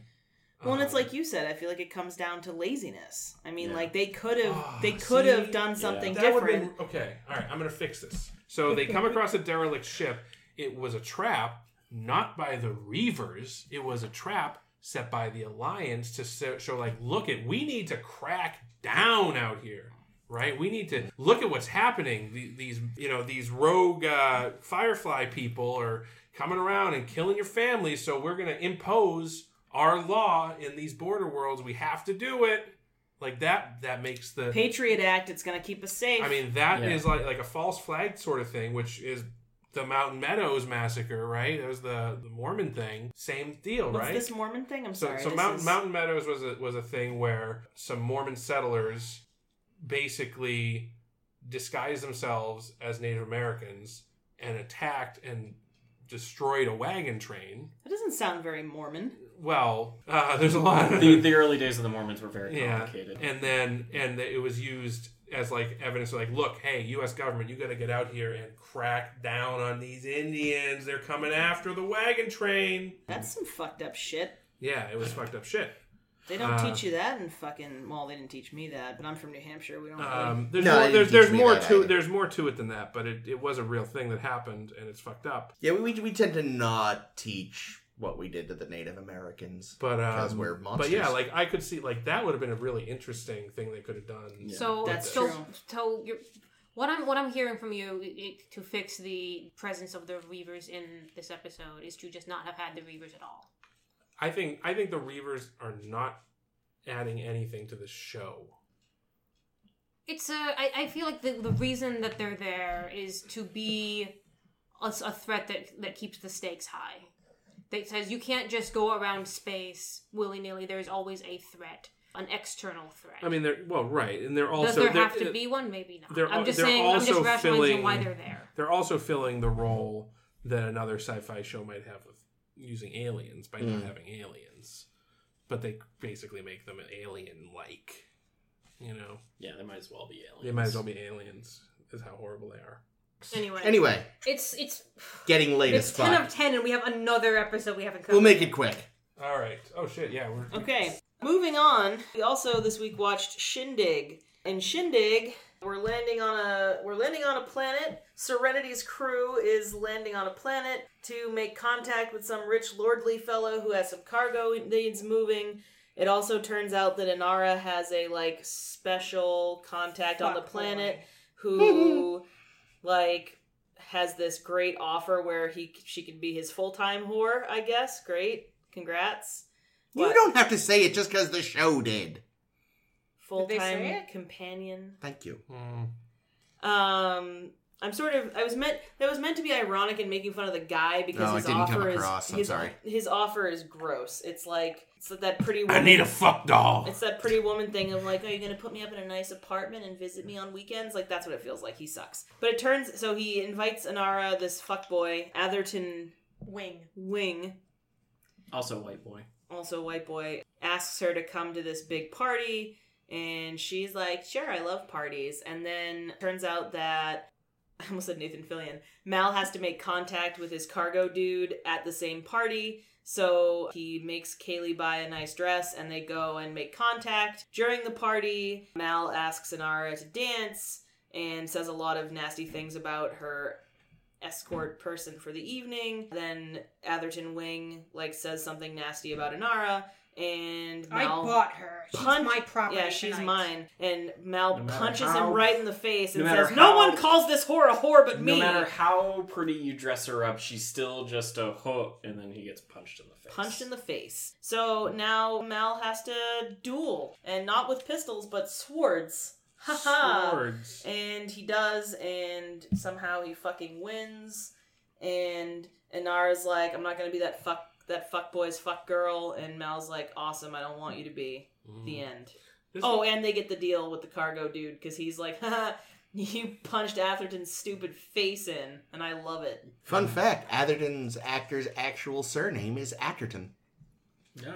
Speaker 2: Well, and it's
Speaker 3: Um,
Speaker 2: like you said, I feel like it comes down to laziness. I mean,
Speaker 5: Yeah.
Speaker 2: like they could have
Speaker 3: Ah,
Speaker 2: they could
Speaker 3: see?
Speaker 2: have done something
Speaker 3: That would've
Speaker 2: different.
Speaker 3: Been, okay, all right, I'm gonna fix this. So they come across a derelict ship. It was a trap, not by the Reavers. It was a trap set by the Alliance to so- show, like, look at we need to crack down out here, right? We need to look at what's happening. The- These, you know, these rogue uh, Firefly people are coming around and killing your family. So we're gonna impose our law in these border worlds. We have to do it. Like that. That makes the
Speaker 2: Patriot Act, it's gonna keep us safe.
Speaker 3: I mean, that is
Speaker 5: Yeah.
Speaker 3: like like a false flag sort of thing, which is the Mountain Meadows massacre, right? That was the, the Mormon thing. Same deal,
Speaker 2: What's
Speaker 3: right?
Speaker 2: this Mormon thing? I'm
Speaker 3: so
Speaker 2: sorry.
Speaker 3: so
Speaker 2: this
Speaker 3: Mountain
Speaker 2: is-
Speaker 3: Mountain Meadows was a was a thing where some Mormon settlers basically disguised themselves as Native Americans and attacked and destroyed a wagon train.
Speaker 2: That doesn't sound very Mormon.
Speaker 3: Well, uh, there's a lot of
Speaker 5: the, the early days of the Mormons were very
Speaker 3: yeah
Speaker 5: complicated.
Speaker 3: and then and it was used as like evidence like look hey us government you got to get out here and crack down on these indians they're coming after the wagon train
Speaker 2: That's some fucked up shit.
Speaker 3: yeah it was fucked up shit
Speaker 2: They don't
Speaker 3: Uh,
Speaker 2: teach you that in fucking. Well, they didn't teach me that, but I'm from New Hampshire. We don't. really-
Speaker 3: um, there's
Speaker 1: No, they
Speaker 3: more,
Speaker 1: didn't
Speaker 3: there's,
Speaker 1: teach
Speaker 3: there's
Speaker 1: me
Speaker 3: more
Speaker 1: that
Speaker 3: to
Speaker 1: either.
Speaker 3: there's more to it than that but it, it was a real thing that happened and it's fucked up
Speaker 1: Yeah, we, we we tend to not teach what we did to the Native Americans.
Speaker 3: but
Speaker 1: Because
Speaker 3: um,
Speaker 1: we're
Speaker 3: but yeah
Speaker 1: monsters.
Speaker 3: like i could see like that would have been a really interesting thing they could have done
Speaker 4: So
Speaker 2: That's
Speaker 4: so,
Speaker 2: true.
Speaker 4: So you're, what I'm what I'm hearing from you i- to fix the presence of the Reavers in this episode is to just not have had the Reavers at all.
Speaker 3: I think I think the Reavers are not adding anything to the show.
Speaker 4: It's a I, I feel like the, the reason that they're there is to be a, s- a threat that that keeps the stakes high. That says you can't just go around space willy nilly. There's always a threat, an external threat.
Speaker 3: I mean, they're well, right, and they're also
Speaker 4: does there
Speaker 3: they're, uh,
Speaker 4: have to be one? Maybe not.
Speaker 3: they're al-
Speaker 4: I'm just
Speaker 3: they're
Speaker 4: saying. I'm just
Speaker 3: also
Speaker 4: rationalizing
Speaker 3: filling-
Speaker 4: why they're there.
Speaker 3: they're also filling the role that another sci-fi show might have with using aliens by
Speaker 1: Hmm.
Speaker 3: not having aliens, but they basically make them alien-like. You know,
Speaker 5: yeah, they might as well be aliens.
Speaker 3: they might as well be aliens. Is how horrible they are.
Speaker 4: Anyway,
Speaker 1: anyway,
Speaker 4: it's it's
Speaker 1: getting late
Speaker 4: It's
Speaker 1: as
Speaker 4: ten
Speaker 1: fuck.
Speaker 4: of ten, and we have another episode we haven't covered.
Speaker 1: We'll make it quick.
Speaker 3: All right. Oh shit. Yeah. We're
Speaker 2: Okay, moving on. We also this week watched Shindig. In Shindig, we're landing on a we're landing on a planet. Serenity's crew is landing on a planet to make contact with some rich lordly fellow who has some cargo he needs moving. It also turns out that Inara has a like special contact on the
Speaker 4: Fuck
Speaker 2: planet who like has this great offer where he she could be his full-time whore, I guess. Great. Congrats.
Speaker 1: You
Speaker 2: What?
Speaker 1: don't have to say it just because the show did.
Speaker 2: full
Speaker 4: Did they say
Speaker 2: time
Speaker 4: it?
Speaker 2: companion.
Speaker 1: Thank you.
Speaker 3: Mm.
Speaker 2: Um, I'm sort of. I was meant that was meant to be ironic and making fun of the guy because
Speaker 1: No,
Speaker 2: his
Speaker 1: it didn't
Speaker 2: offer
Speaker 1: come
Speaker 2: is
Speaker 1: across. I'm
Speaker 2: his,
Speaker 1: sorry.
Speaker 2: his offer is gross. It's like it's that pretty.
Speaker 3: I
Speaker 2: Woman,
Speaker 3: need a fuck doll.
Speaker 2: It's that pretty woman thing of like, are you going to put me up in a nice apartment and visit me on weekends? Like that's what it feels like. He sucks. But it turns so he invites Anara, this fuckboy, Atherton
Speaker 4: Wing.
Speaker 2: Wing,
Speaker 5: also white boy.
Speaker 2: also a white boy, asks her to come to this big party. And she's like, sure, I love parties. And then turns out that, I almost said Nathan Fillion, Mal has to make contact with his cargo dude at the same party. So he makes Kaylee buy a nice dress and they go and make contact. During the party, Mal asks Anara to dance and says a lot of nasty things about her escort person for the evening. Then Atherton Wing like says something nasty about Inara, and
Speaker 4: I
Speaker 2: Mal
Speaker 4: bought her. She's
Speaker 2: punch-
Speaker 4: my property.
Speaker 2: Yeah, she's
Speaker 4: tonight.
Speaker 2: mine. And Mal
Speaker 5: No matter
Speaker 2: punches
Speaker 5: how-
Speaker 2: him right in the face and
Speaker 5: no matter
Speaker 2: says, "No
Speaker 5: how-
Speaker 2: one calls this whore a whore but
Speaker 5: No
Speaker 2: me."
Speaker 5: matter how pretty you dress her up, she's still just a hook, and then he gets punched in the face.
Speaker 2: Punched in the face. So now Mal has to duel, and not with pistols, but swords. Haha.
Speaker 3: Swords.
Speaker 2: And he does, and somehow he fucking wins. And Inara's like, I'm not gonna be that fuck that fuck boy's fuck girl. And Mal's like, awesome, I don't want you to be. The end.
Speaker 3: Mm-hmm. This-
Speaker 2: Oh, and they get the deal with the cargo dude because he's like, Haha, you punched Atherton's stupid face in, and I love it.
Speaker 3: Mm.
Speaker 1: Fun fact Atherton's actor's actual surname is Atherton.
Speaker 5: No.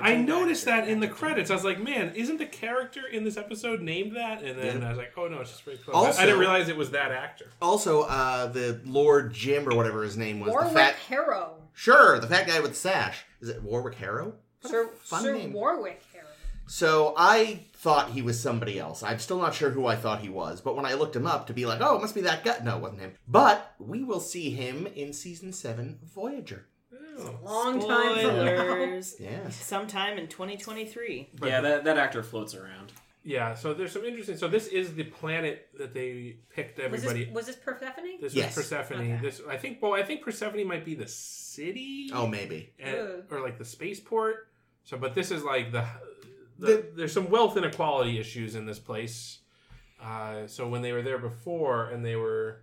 Speaker 3: I noticed that in the credits. I was like, man, isn't the character in this episode named that? And then
Speaker 1: Yeah.
Speaker 3: I was like, oh no, it's just pretty close.
Speaker 1: Also-
Speaker 3: I didn't realize it was that actor.
Speaker 1: Also, uh, the Lord Jim or whatever his name was,
Speaker 4: Warwick
Speaker 1: the fat
Speaker 4: Harrow.
Speaker 1: Sure, the fat guy with the sash. Is it Warwick Harrow?
Speaker 4: Sir,
Speaker 1: fun
Speaker 4: Sir
Speaker 1: name.
Speaker 4: Warwick Harrow.
Speaker 1: So I thought he was somebody else. I'm still not sure who I thought he was, but when I looked him up to be like, oh, it must be that guy. No, it wasn't him. But we will see him in season seven of Voyager.
Speaker 3: Oh.
Speaker 4: Long time
Speaker 2: Spoilers.
Speaker 1: Yes.
Speaker 2: Sometime in 2023.
Speaker 5: Yeah, that, that actor floats around.
Speaker 3: Yeah, so there's some interesting. So this is the planet that they picked
Speaker 4: from now. Was this,
Speaker 3: everybody.
Speaker 4: was this Persephone?
Speaker 3: This,
Speaker 1: Yes.
Speaker 3: was Persephone.
Speaker 4: Okay.
Speaker 3: This I think. Well, I think Persephone might be the city.
Speaker 1: Oh, maybe.
Speaker 3: and-
Speaker 4: Ugh.
Speaker 3: or like the spaceport. So, but this is like the, the,
Speaker 1: The-
Speaker 3: there's some wealth inequality issues in this place. Uh, so when they were there before, and they were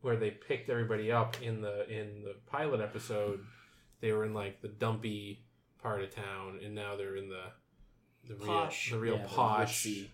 Speaker 3: where they picked everybody up in the in the pilot episode, they were in like the dumpy part of town, and now they're in the the
Speaker 2: Posh.
Speaker 3: real the real
Speaker 5: Yeah, the
Speaker 3: posh
Speaker 5: ritzy.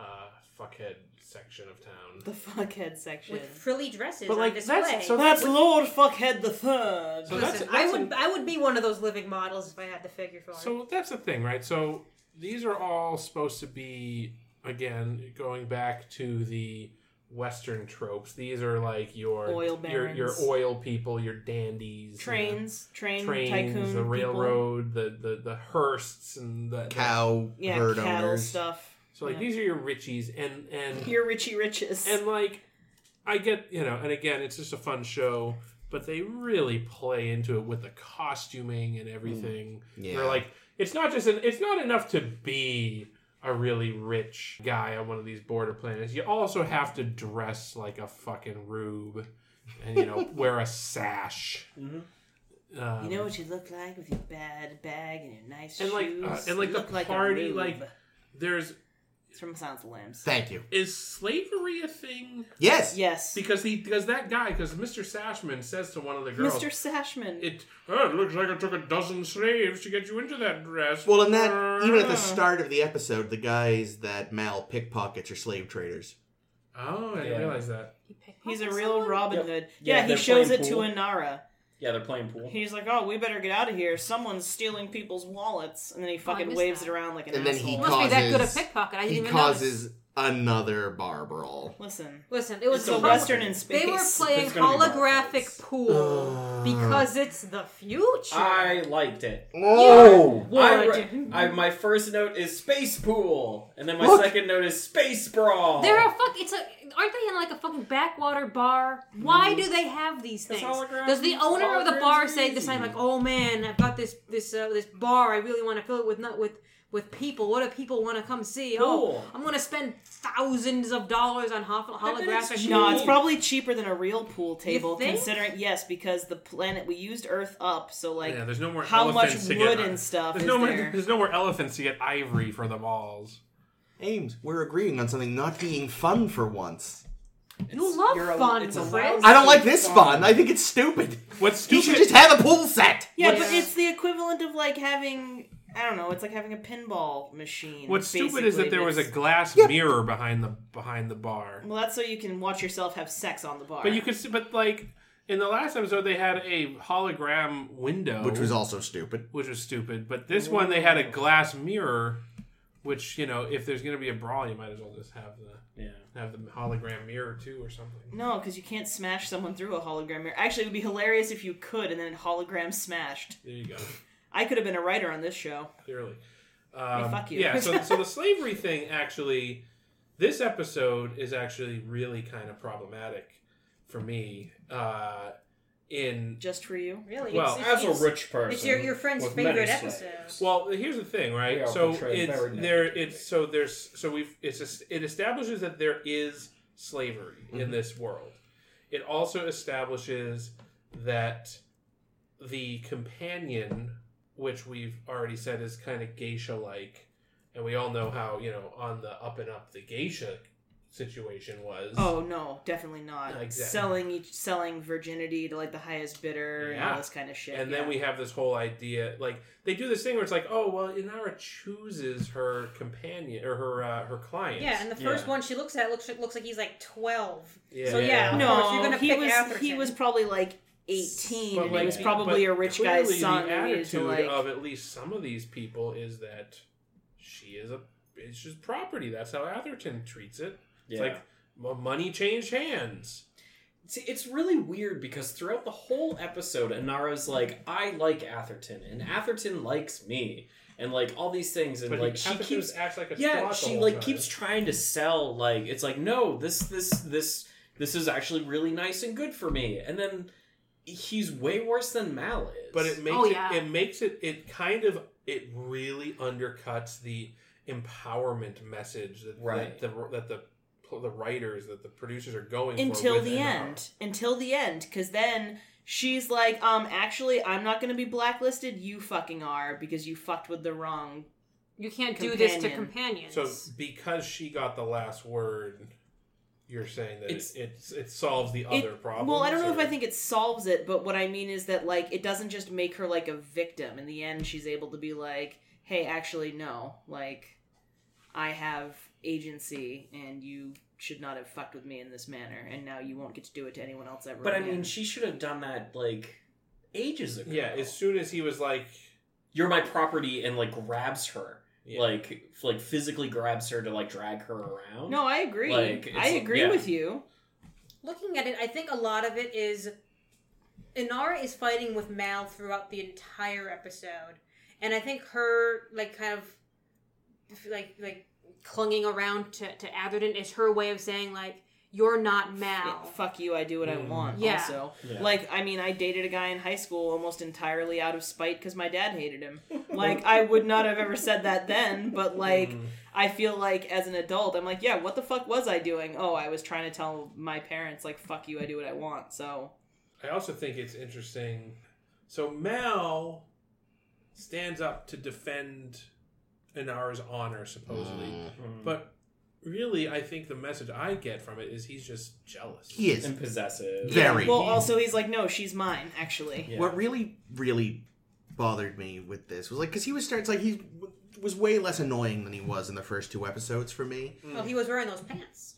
Speaker 3: uh, fuckhead section of town.
Speaker 2: The fuckhead section.
Speaker 4: With frilly dresses
Speaker 3: But, like,
Speaker 4: on display.
Speaker 3: that's- so
Speaker 2: That's Lord Fuckhead the Third.
Speaker 3: So
Speaker 4: Listen,
Speaker 3: that's- that's
Speaker 4: I would
Speaker 3: a-
Speaker 4: I would be one of those living models if I had the figure for it.
Speaker 3: So that's the thing, right? So these are all supposed to be again going back to the western tropes. These are like your
Speaker 2: Oil
Speaker 3: your, your
Speaker 2: barons.
Speaker 3: oil people, your dandies,
Speaker 2: Trains,
Speaker 3: you
Speaker 2: train,
Speaker 3: know, trains,
Speaker 2: tycoon,
Speaker 3: the
Speaker 2: people.
Speaker 3: railroad, the the the Hearsts, and the
Speaker 1: Cow
Speaker 2: yeah,
Speaker 1: herd
Speaker 2: cattle
Speaker 1: owners.
Speaker 2: stuff.
Speaker 3: So like
Speaker 2: Yeah.
Speaker 3: these are your richies, and and
Speaker 2: Your Richie Riches.
Speaker 3: and like I get you know, and again, it's just a fun show. But they really play into it with the costuming and everything.
Speaker 1: Yeah.
Speaker 3: They're like, it's not just an, it's not enough to be a really rich guy on one of these border planets. You also have to dress like a fucking rube, and you know, wear a sash.
Speaker 5: Mhm.
Speaker 3: Um,
Speaker 2: you know what you look like with your bad bag and your nice
Speaker 3: And, like,
Speaker 2: shoes.
Speaker 3: uh, and, like,
Speaker 2: You
Speaker 3: the
Speaker 2: look like a
Speaker 3: party,
Speaker 2: rube.
Speaker 3: like- there's
Speaker 2: it's from Silence of the Lambs.
Speaker 1: Thank you.
Speaker 3: is slavery a thing?
Speaker 1: Yes.
Speaker 2: yes,
Speaker 3: Because he because that guy because Mr. Sashman says to one of the girls,
Speaker 2: Mr. Sashman.
Speaker 3: It, oh, it looks like it took a dozen slaves to get you into that dress.
Speaker 1: Well, in that, even at the start of the episode, the guys that Mal pickpockets are slave traders.
Speaker 3: Oh, I didn't
Speaker 5: Yeah.
Speaker 3: realize that.
Speaker 2: He's a real Robin
Speaker 5: Yep.
Speaker 2: Hood.
Speaker 5: Yeah,
Speaker 2: Yeah, he
Speaker 5: they're
Speaker 2: shows it
Speaker 5: playing
Speaker 2: to
Speaker 5: pool.
Speaker 2: Inara.
Speaker 5: Yeah, they're playing pool.
Speaker 2: He's like, "Oh, we better get out of here. Someone's stealing people's wallets." And then he fucking
Speaker 4: missed
Speaker 2: waves
Speaker 4: that.
Speaker 2: it around like an
Speaker 1: And then he
Speaker 2: asshole.
Speaker 4: Must be that good a
Speaker 1: causes-
Speaker 4: pickpocket. I didn't
Speaker 1: He
Speaker 4: even notice.
Speaker 1: causes another bar brawl.
Speaker 2: Listen,
Speaker 4: Listen, it was
Speaker 2: it's
Speaker 4: the
Speaker 2: a western in space.
Speaker 4: They were playing
Speaker 5: It's gonna be
Speaker 4: holographic
Speaker 5: Marvel's.
Speaker 4: pool because it's the future.
Speaker 5: I liked it.
Speaker 1: Oh!
Speaker 5: I,
Speaker 4: What?
Speaker 5: re- I- my first note is space pool, and then my
Speaker 1: Look.
Speaker 5: second note is space brawl.
Speaker 4: They're a fuck. It's a. Aren't they in like a fucking backwater bar? Why do they have these
Speaker 5: Because
Speaker 4: things?
Speaker 5: holograms-
Speaker 4: Does the owner of the bar
Speaker 5: holograms are
Speaker 4: say the same?
Speaker 5: easy.
Speaker 4: Like, oh man, I've got this this uh, this bar. I really want to fill it with not with with people. What do people want to come see?
Speaker 5: Cool.
Speaker 4: Oh, I'm gonna spend thousands of dollars on ho-
Speaker 5: bet it's
Speaker 4: holographic.
Speaker 5: cheap.
Speaker 2: No, it's probably cheaper than a real pool table,
Speaker 4: think?
Speaker 2: considering yes, because the planet we used Earth up, so like
Speaker 3: yeah, there's no more
Speaker 2: how much
Speaker 3: elephants to get
Speaker 2: wood
Speaker 3: on.
Speaker 2: and stuff
Speaker 3: There's
Speaker 2: is
Speaker 3: no more.
Speaker 2: there.
Speaker 3: There's no more elephants to get ivory for the balls.
Speaker 1: Ames, we're agreeing on something not being fun for once.
Speaker 4: You love
Speaker 5: You're a-
Speaker 4: fun,
Speaker 5: it's a
Speaker 4: Fred.
Speaker 5: lousy-
Speaker 1: I don't like this fun. I think it's stupid.
Speaker 3: What's
Speaker 1: You
Speaker 3: stupid?
Speaker 1: should just have a pool set.
Speaker 2: Yeah,
Speaker 4: What's-
Speaker 2: but it's the equivalent of like having I don't know, it's like having a pinball machine.
Speaker 3: what's stupid is that
Speaker 2: basically,
Speaker 3: there was a
Speaker 2: that's-
Speaker 3: glass mirror behind the behind the bar.
Speaker 2: well, that's so you can watch yourself have sex on the bar.
Speaker 3: But you could, see, but like in the last episode, they had a hologram window,
Speaker 1: Which was also stupid.
Speaker 3: which was stupid. But this one, they had a glass mirror, which you know, if there's gonna be a brawl, you might as well just have the
Speaker 5: Yeah.
Speaker 3: have the hologram mirror too or something.
Speaker 2: no, because you can't smash someone through a hologram mirror. Actually, it would be hilarious if you could, and then hologram smashed.
Speaker 3: There you go.
Speaker 2: I could have been a writer on this show.
Speaker 3: clearly. Um,
Speaker 2: fuck you.
Speaker 3: Yeah, so, so the slavery thing actually, this episode is actually really kind of problematic for me uh, in
Speaker 2: Just for you, really?
Speaker 3: Well,
Speaker 6: It's-
Speaker 7: As a
Speaker 6: it's-
Speaker 7: rich person,
Speaker 6: It's your, your friend's
Speaker 7: with
Speaker 6: favorite
Speaker 7: many
Speaker 6: episode.
Speaker 7: slaves.
Speaker 3: Well, here's the thing,
Speaker 7: They
Speaker 3: right?
Speaker 7: are
Speaker 3: So
Speaker 7: portrayed
Speaker 3: it's
Speaker 7: very
Speaker 3: there.
Speaker 7: negatively.
Speaker 3: It's so there's so we've it's es- it establishes that there is slavery
Speaker 7: Mm-hmm.
Speaker 3: in this world. It also establishes that the companion, which we've already said is kind of geisha-like, and we all know how you know on the up and up the geisha situation was.
Speaker 2: Oh no, definitely not.
Speaker 3: Exactly.
Speaker 2: Selling each selling virginity to like the highest bidder and
Speaker 3: Yeah.
Speaker 2: all this kind of shit.
Speaker 3: And
Speaker 2: yeah.
Speaker 3: then we have this whole idea, like they do this thing where it's like, oh well, Inara chooses her companion or her uh, her clients.
Speaker 6: Yeah, and the first
Speaker 5: Yeah.
Speaker 6: one she looks at looks looks like he's like twelve.
Speaker 3: Yeah.
Speaker 6: So yeah, of
Speaker 2: no,
Speaker 6: course, you're gonna
Speaker 2: he
Speaker 6: pick
Speaker 2: was he
Speaker 6: Atherton.
Speaker 2: was probably like eighteen.
Speaker 3: But,
Speaker 2: and
Speaker 3: like,
Speaker 2: he was
Speaker 3: the-
Speaker 2: probably
Speaker 3: but
Speaker 2: a rich
Speaker 3: clearly
Speaker 2: guy's son.
Speaker 3: The
Speaker 2: and we needed
Speaker 3: attitude
Speaker 2: to like
Speaker 3: of at least some of these people is that she is a it's just property. That's how Atherton treats it. It's
Speaker 5: Yeah.
Speaker 3: like well, money changed hands.
Speaker 5: See, it's really weird because throughout the whole episode, Anara's like, "I like Atherton, and Atherton likes me, and like all these things, and
Speaker 3: But
Speaker 5: like
Speaker 3: he-
Speaker 5: she
Speaker 3: Atherton
Speaker 5: keeps,
Speaker 3: acts like a
Speaker 5: yeah,
Speaker 3: slut the
Speaker 5: she
Speaker 3: whole
Speaker 5: like
Speaker 3: time.
Speaker 5: keeps trying to sell. Like it's like, no, this, this, this, this is actually really nice and good for me. And then he's way worse than Mal is.
Speaker 3: But it makes
Speaker 4: Oh,
Speaker 3: it,
Speaker 4: yeah.
Speaker 3: it makes it it kind of it really undercuts the empowerment message that
Speaker 5: Right.
Speaker 3: that, the, that the the writers that the producers are going for
Speaker 2: until
Speaker 3: with
Speaker 2: the
Speaker 3: Inara.
Speaker 2: end until the end because then she's like um actually i'm not gonna be blacklisted you fucking are because you fucked with the wrong
Speaker 4: You can't do this to
Speaker 3: Yeah.
Speaker 4: companions.
Speaker 3: So because she got the last word, you're saying that
Speaker 5: It's-
Speaker 3: it, it's it solves the
Speaker 2: It-
Speaker 3: other problem.
Speaker 2: well i don't know if i think it solves it but what i mean is that like it doesn't just make her like a victim in the end she's able to be like hey actually no like i have agency and you should not have fucked with me in this manner and now you won't get to do it to anyone else ever
Speaker 5: But I
Speaker 2: again."
Speaker 5: mean, she should have done that like ages ago.
Speaker 3: Yeah, as soon as he was like,
Speaker 5: you're my property, and like grabs her,
Speaker 3: Yeah.
Speaker 5: like f- like physically grabs her to like drag her around.
Speaker 2: no i agree
Speaker 5: Like, it's-
Speaker 2: i agree
Speaker 5: yeah.
Speaker 2: with you
Speaker 6: looking at it, I think a lot of it is Inara is fighting with Mal throughout the entire episode, and I think her like kind of like like
Speaker 4: Clinging around to, to Atherton is her way of saying, like, you're not Mal.
Speaker 2: Yeah, fuck you, I do
Speaker 1: Mm.
Speaker 2: what I want.
Speaker 4: Yeah.
Speaker 2: Also,
Speaker 5: Yeah.
Speaker 2: like, I mean, I dated a guy in high school almost entirely out of spite because my dad hated him. Like, I would not have ever said that then,
Speaker 1: Mm.
Speaker 2: but like, I feel like as an adult, I'm like, yeah, what the fuck was I doing? Oh, I was trying to tell my parents, like, fuck you, I do what I want. So,
Speaker 3: I also think it's interesting. So Mal stands up to defend Inara's honor, supposedly,
Speaker 1: Mm.
Speaker 2: Hmm.
Speaker 3: but really, I think the message I get from it is he's just jealous.
Speaker 1: He is
Speaker 5: and possessive.
Speaker 1: very.
Speaker 2: well, also, he's like, no, she's mine, actually.
Speaker 5: Yeah.
Speaker 1: What really, really bothered me with this was like because he was starts like he w- was way less annoying than he was in the first two episodes for me.
Speaker 6: well Oh, he was wearing those pants.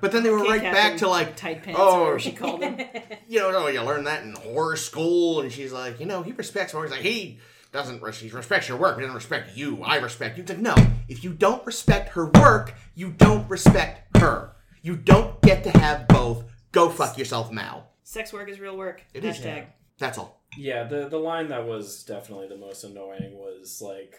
Speaker 1: But then they were
Speaker 2: Okay,
Speaker 1: right back
Speaker 2: Captain
Speaker 1: to like
Speaker 2: Tight pants, or
Speaker 1: Oh.
Speaker 2: whatever she called them.
Speaker 1: you know, oh, you learn that in horror school, and she's like, you know, he respects work. He's like, he doesn't. res- He respects your work. He doesn't respect you. I respect you. It's like, no, if you don't respect her work, you don't respect her. You don't get to have both. Go fuck yourself, Mal.
Speaker 2: Sex work is real work.
Speaker 1: It is.
Speaker 2: Hashtag.
Speaker 1: That's all.
Speaker 5: Yeah, the the line that was definitely the most annoying was like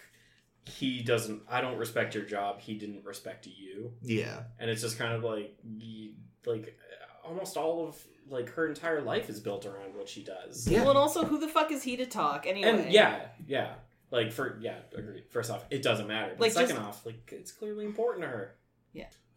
Speaker 5: he doesn't I don't respect your job, he didn't respect you.
Speaker 1: Yeah.
Speaker 5: And it's just kind of like ye- like almost all of like her entire life is built around what she does.
Speaker 1: Yeah.
Speaker 2: Well, and also, who the fuck is he to talk anyway?
Speaker 5: And yeah, yeah. Like for yeah, agreed. First off, it doesn't matter. But
Speaker 2: Like,
Speaker 5: second
Speaker 2: just-
Speaker 5: off, like it's clearly important to her.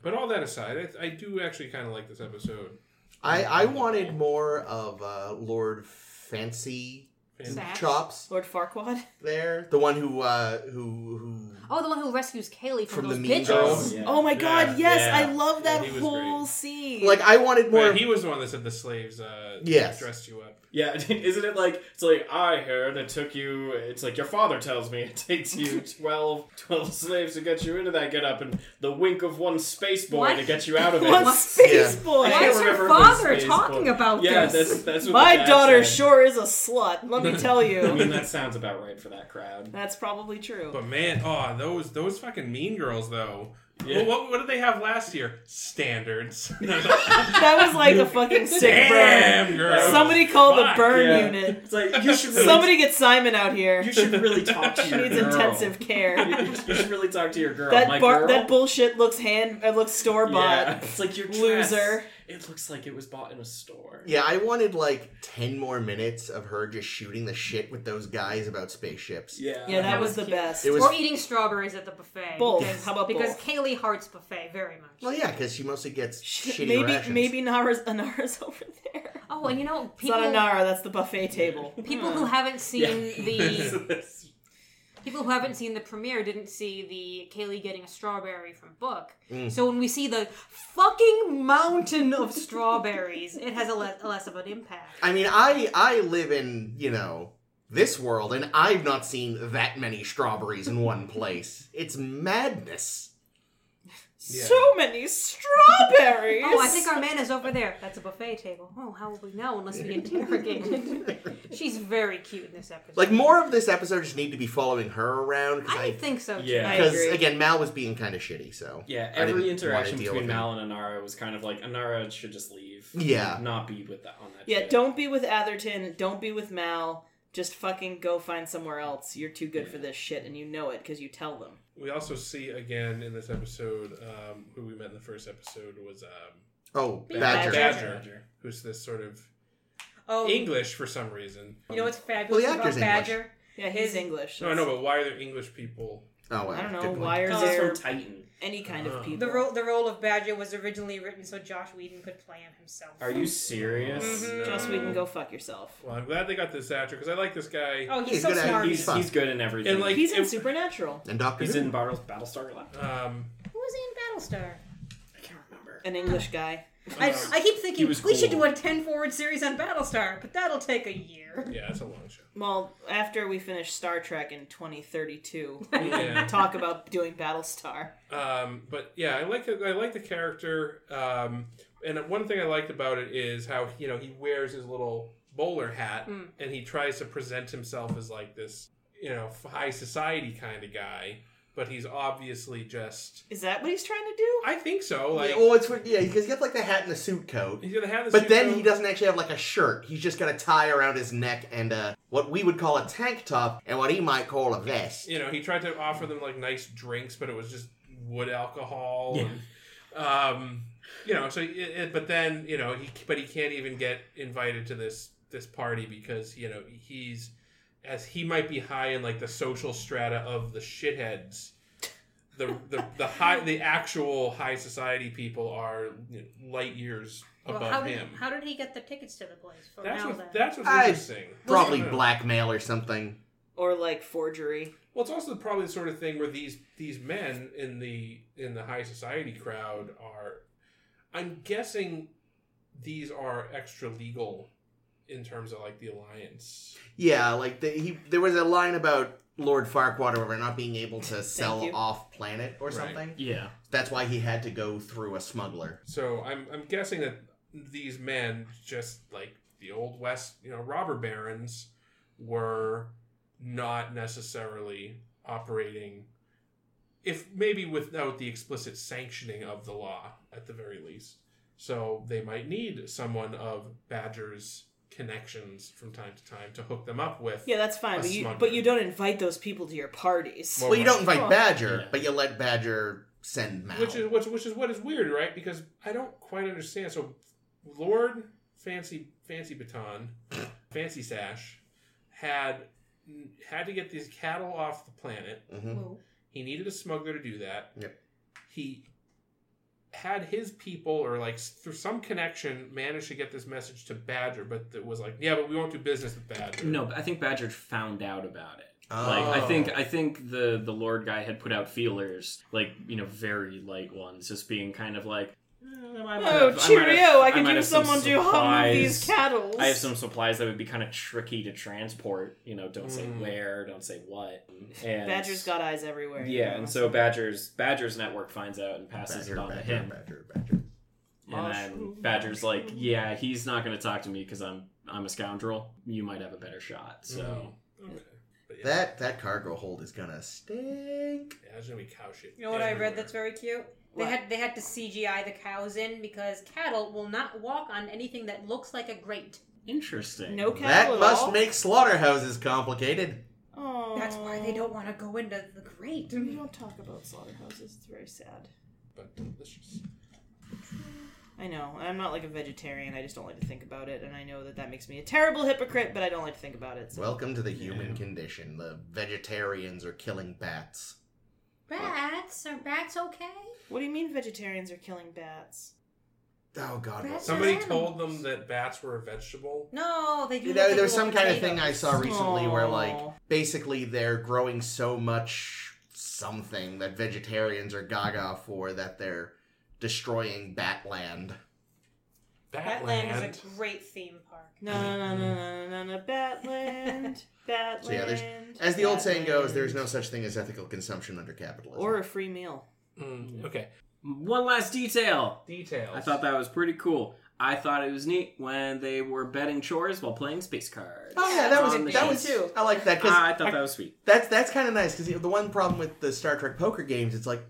Speaker 3: But all that aside, I, th- I do actually kind of like this episode.
Speaker 1: I I wanted more of uh, Lord Fancy
Speaker 4: Sash.
Speaker 1: Chops
Speaker 2: Lord Farquaad.
Speaker 1: there, the one who uh, who who.
Speaker 4: Oh, the one who rescues Kaylee from,
Speaker 1: From the
Speaker 4: those
Speaker 1: Mean
Speaker 4: bitches.
Speaker 1: Girls.
Speaker 5: Yeah.
Speaker 2: Oh my god,
Speaker 5: Yeah,
Speaker 2: yes!
Speaker 5: yeah.
Speaker 2: I love
Speaker 3: Yeah,
Speaker 2: that
Speaker 3: he was
Speaker 2: whole
Speaker 3: great.
Speaker 2: scene.
Speaker 1: Like I wanted more.
Speaker 3: Man, he was the one that said the slaves uh,
Speaker 1: Yes.
Speaker 3: dressed you up.
Speaker 5: Yeah, isn't it like it's like I heard it took you it's like your father tells me it takes you 12, 12 slaves to get you into that getup and the wink of one space boy
Speaker 4: What?
Speaker 5: to get you out of it.
Speaker 2: what space
Speaker 1: Yeah.
Speaker 2: boy?
Speaker 4: Why
Speaker 5: I can't
Speaker 4: is her
Speaker 5: remember if it was
Speaker 4: father
Speaker 5: space
Speaker 4: talking
Speaker 5: boy.
Speaker 4: about
Speaker 5: yeah,
Speaker 4: this?
Speaker 5: that's that's what
Speaker 2: My
Speaker 5: the dad
Speaker 2: daughter
Speaker 5: said.
Speaker 2: sure is a slut. Let me tell
Speaker 5: I mean
Speaker 2: you,
Speaker 5: that sounds about right for that crowd.
Speaker 2: that's probably true.
Speaker 3: But man, oh those those fucking mean girls though.
Speaker 5: Yeah.
Speaker 3: Well, what, what did they have last year? Standards.
Speaker 2: That was like a fucking sick burn.
Speaker 3: Damn, girl.
Speaker 2: Somebody call the
Speaker 3: Fuck,
Speaker 2: burn
Speaker 5: yeah.
Speaker 2: unit.
Speaker 5: It's like you should really,
Speaker 2: Somebody get Simon out
Speaker 5: you
Speaker 2: here.
Speaker 5: should really talk to
Speaker 2: She
Speaker 5: your
Speaker 2: needs
Speaker 5: girl.
Speaker 2: intensive
Speaker 5: You,
Speaker 2: care.
Speaker 5: you should really talk to your girl. My
Speaker 2: That bar-
Speaker 5: girl?
Speaker 2: that bullshit looks hand uh, looks store bought.
Speaker 5: Yeah, it's like your dress.
Speaker 2: Loser.
Speaker 5: It looks like it was bought in a store.
Speaker 1: Yeah, I wanted like 10 more minutes of her just shooting the shit with those guys about spaceships.
Speaker 5: Yeah.
Speaker 2: Yeah, that
Speaker 4: That
Speaker 2: was
Speaker 4: was
Speaker 2: the
Speaker 4: cute.
Speaker 2: best.
Speaker 1: It was-
Speaker 4: or eating strawberries at the buffet.
Speaker 2: Both.
Speaker 4: Because,
Speaker 2: How about
Speaker 4: because
Speaker 2: both?
Speaker 4: Kaylee hearts buffet very much.
Speaker 1: Well, yeah, because she mostly gets
Speaker 2: Shit,
Speaker 1: shitty
Speaker 2: maybe
Speaker 1: rations.
Speaker 2: maybe Nara's Anara's over there.
Speaker 4: oh, and you know
Speaker 2: It's not
Speaker 4: people.
Speaker 2: Anara. That's the buffet table.
Speaker 4: People who haven't seen the
Speaker 5: the
Speaker 4: people who haven't seen the premiere didn't see the Kaylee getting a strawberry from Book.
Speaker 1: Mm.
Speaker 4: So when we see the fucking mountain of strawberries, it has a, le- a less of an impact.
Speaker 1: I mean, I I live in you know this world, and I've not seen that many strawberries in one place. It's madness.
Speaker 2: So many strawberries.
Speaker 4: Oh, I think our man is over there. That's a buffet table. Oh, how will we know unless we interrogated? She's very cute in this episode.
Speaker 1: Like more of this episode just need to be following her around because
Speaker 4: I
Speaker 1: I
Speaker 4: think so. Too.
Speaker 5: Yeah.
Speaker 2: I
Speaker 1: because
Speaker 2: agree.
Speaker 1: again Mal was being kind of shitty, so
Speaker 5: Yeah,
Speaker 1: I didn't
Speaker 5: every
Speaker 1: wanna
Speaker 5: interaction
Speaker 1: deal
Speaker 5: between
Speaker 1: with it.
Speaker 5: Mal and Anara was kind of like Anara should just leave.
Speaker 1: Yeah.
Speaker 5: Not be with that on that.
Speaker 2: Yeah,
Speaker 5: ship.
Speaker 2: don't be with Atherton. Don't be with Mal. Just fucking go find somewhere else. You're too good for this shit, and you know it because you tell them.
Speaker 3: we also see again in this episode um, who we met in the first episode was um,
Speaker 1: Oh,
Speaker 6: Yeah.
Speaker 1: Badger.
Speaker 3: Badger. who's this sort of
Speaker 6: Oh,
Speaker 3: English for some reason.
Speaker 6: you know what's
Speaker 1: Well,
Speaker 6: fabulous
Speaker 1: the
Speaker 6: about
Speaker 1: actor's English.
Speaker 6: Badger?
Speaker 2: Yeah, he's
Speaker 6: Is-
Speaker 2: English.
Speaker 3: No, I know, but why are there English people?
Speaker 1: Oh well,
Speaker 2: I don't know
Speaker 1: good point.
Speaker 2: why are
Speaker 5: This is
Speaker 2: there
Speaker 5: from Titan.
Speaker 2: any kind
Speaker 3: Uh-huh.
Speaker 2: of people.
Speaker 6: The role the role of Badger was originally written so Josh Whedon could play him himself.
Speaker 5: Are you serious?
Speaker 6: Mhm.
Speaker 2: Just we can
Speaker 3: Mm.
Speaker 2: go fuck yourself.
Speaker 3: Well, I'm glad they got this actor because I like this guy.
Speaker 6: Oh, he's,
Speaker 1: He's
Speaker 6: so
Speaker 1: good at-
Speaker 6: smart.
Speaker 5: He's,
Speaker 1: fun.
Speaker 5: he's good in everything.
Speaker 3: And, like-
Speaker 2: He's in
Speaker 3: it-
Speaker 2: Supernatural.
Speaker 1: And Doctor
Speaker 5: he's
Speaker 1: Who.
Speaker 5: in Battle, Battlestar Galactica.
Speaker 3: Um,
Speaker 6: Who was he in Battlestar?
Speaker 5: I can't remember.
Speaker 2: An English guy.
Speaker 6: I,
Speaker 3: uh,
Speaker 6: I keep thinking
Speaker 5: he
Speaker 6: we
Speaker 5: was
Speaker 6: should
Speaker 5: cool.
Speaker 6: do a ten forward series on Battlestar, but that'll take a year.
Speaker 3: yeah, it's a long show.
Speaker 2: Well, after we finish Star Trek in 2032, we
Speaker 3: Yeah.
Speaker 2: can talk about doing Battlestar.
Speaker 3: Um, but yeah, I like the, I like the character. Um, and one thing I liked about it is how you know he wears his little bowler hat
Speaker 4: Mm.
Speaker 3: and he tries to present himself as like this you know high society kind of guy, but he's obviously just
Speaker 2: Is that what he's trying to do?
Speaker 3: I think so. Like
Speaker 1: yeah, well, Oh, it's what- yeah, because he got like the hat and the suit coat.
Speaker 3: he's gonna have this,
Speaker 1: But then
Speaker 3: suit
Speaker 1: he
Speaker 3: coat.
Speaker 1: doesn't actually have like a shirt. He's just got a tie around his neck and uh, what we would call a tank top and what he might call a vest.
Speaker 3: You know, he tried to offer them like nice drinks, but it was just wood alcohol.
Speaker 5: Yeah.
Speaker 3: And, um, you know, so it, it, but then you know he but he can't even get invited to this this party because you know he's as he might be high in like the social strata of the shitheads. The, the, the high the actual high society people are you know, light years above
Speaker 6: how did,
Speaker 3: him.
Speaker 6: how did he get the tickets to the place? For
Speaker 3: that's
Speaker 6: now
Speaker 3: what,
Speaker 6: then?
Speaker 3: that's what's
Speaker 1: I-
Speaker 3: interesting.
Speaker 1: Probably
Speaker 3: Yeah.
Speaker 1: blackmail or something.
Speaker 2: Or like forgery?
Speaker 3: Well, it's also probably the sort of thing where these these men in the in the high society crowd are. I'm guessing these are extra legal in terms of like the alliance.
Speaker 1: Yeah, like the, he there was a line about Lord Farquaad or not being able to sell
Speaker 2: you.
Speaker 1: off planet or
Speaker 3: Right.
Speaker 1: something.
Speaker 5: Yeah.
Speaker 1: That's why he had to go through a smuggler.
Speaker 3: So I'm I'm guessing that these men, just like the old west, you know, robber barons, were not necessarily operating. If maybe without the explicit sanctioning of the law, at the very least, so they might need someone of Badger's connections from time to time to hook them up with.
Speaker 2: Yeah, that's fine.
Speaker 3: A
Speaker 2: But you,
Speaker 3: smuggler.
Speaker 2: but you don't invite those people to your parties.
Speaker 3: Well,
Speaker 1: Well, you don't invite
Speaker 2: Huh.
Speaker 1: Badger,
Speaker 5: Yeah.
Speaker 1: but you let Badger send Mal.
Speaker 3: which is which, which is what is weird, right? Because I don't quite understand. So, Lord Fancy Fancy Baton, Fancy Sash, had had to get these cattle off the planet.
Speaker 1: Mhm.
Speaker 3: He needed a smuggler to do that.
Speaker 1: Yep.
Speaker 3: He had his people, or like s- through some connection, managed to get this message to Badger, but it was like, yeah, but we won't do business with Badger.
Speaker 5: No, but I think Badger found out about it.
Speaker 1: Oh.
Speaker 5: Like I think I think the the Lord guy had put out feelers, like you know, very light ones, just being kind of like, eh, I
Speaker 2: Oh,
Speaker 5: might have- I might
Speaker 2: cheerio!
Speaker 5: have-
Speaker 2: I
Speaker 5: might
Speaker 2: could
Speaker 5: have
Speaker 2: use
Speaker 5: some
Speaker 2: someone to hum these
Speaker 5: supplies.
Speaker 2: cattle.
Speaker 5: I have some supplies that would be kind of tricky to transport. You know, don't say
Speaker 3: Mm.
Speaker 5: where, don't say what. And
Speaker 2: Badger's got eyes everywhere. you
Speaker 5: yeah,
Speaker 2: know.
Speaker 5: and so Badger's Badger's network finds out and passes
Speaker 1: Badger,
Speaker 5: it on
Speaker 1: Badger,
Speaker 5: to him,
Speaker 1: Badger, Badger.
Speaker 5: and then Badger's like, yeah, he's
Speaker 3: Mm.
Speaker 5: not going to talk to me because I'm I'm a scoundrel. You might have a better shot. So
Speaker 3: Okay. But
Speaker 1: Mm-hmm. That that cargo hold is gonna stink.
Speaker 3: Yeah, there's gonna be cow shit.
Speaker 4: You know what I read that's
Speaker 3: everywhere.
Speaker 4: very cute? They
Speaker 2: What?
Speaker 4: had they had to CGI the cows in because cattle will not walk on anything that looks like a grate.
Speaker 5: Interesting.
Speaker 2: No cattle
Speaker 1: That
Speaker 2: at
Speaker 1: must
Speaker 2: all.
Speaker 1: make slaughterhouses complicated.
Speaker 2: Oh,
Speaker 4: That's why they don't want to go into the grate.
Speaker 2: We don't talk about slaughterhouses. It's very sad.
Speaker 3: But delicious.
Speaker 2: I know. and I'm not like a vegetarian. I just don't like to think about it, and I know that that makes me a terrible hypocrite. But I don't like to think about it. So.
Speaker 1: Welcome to the human condition. The vegetarians are killing bats.
Speaker 4: Rats? Are rats okay?
Speaker 2: What do you mean vegetarians are killing bats?
Speaker 1: Oh God! what-
Speaker 4: That's
Speaker 3: Somebody
Speaker 4: They're
Speaker 3: told them
Speaker 4: animals.
Speaker 3: that bats were a vegetable.
Speaker 4: No, they
Speaker 1: You
Speaker 4: do. look
Speaker 1: know,
Speaker 4: like
Speaker 1: there was
Speaker 4: little
Speaker 1: some kind of thing I
Speaker 4: potatoes.
Speaker 1: saw recently where, like,
Speaker 2: Aw.
Speaker 1: basically they're growing so much something that vegetarians are gaga for that they're destroying Batland.
Speaker 4: Batland
Speaker 3: Batland.
Speaker 4: is a great theme park.
Speaker 2: No, no, no, no, no, no, no, no, Batland, Batland.
Speaker 1: So, yeah, there's- As the old saying goes, there's no such thing as ethical consumption under capitalism.
Speaker 2: or a free meal.
Speaker 3: Mm, okay.
Speaker 5: One last detail.
Speaker 3: Details.
Speaker 5: I thought that was pretty cool. I thought it was neat when they were betting chores while playing space cards.
Speaker 1: oh yeah, that was
Speaker 5: on the
Speaker 1: that
Speaker 5: sheets.
Speaker 1: was too. I like that because
Speaker 5: I thought that was sweet.
Speaker 1: that's that's kind of nice because the one problem with the Star Trek poker games, it's like,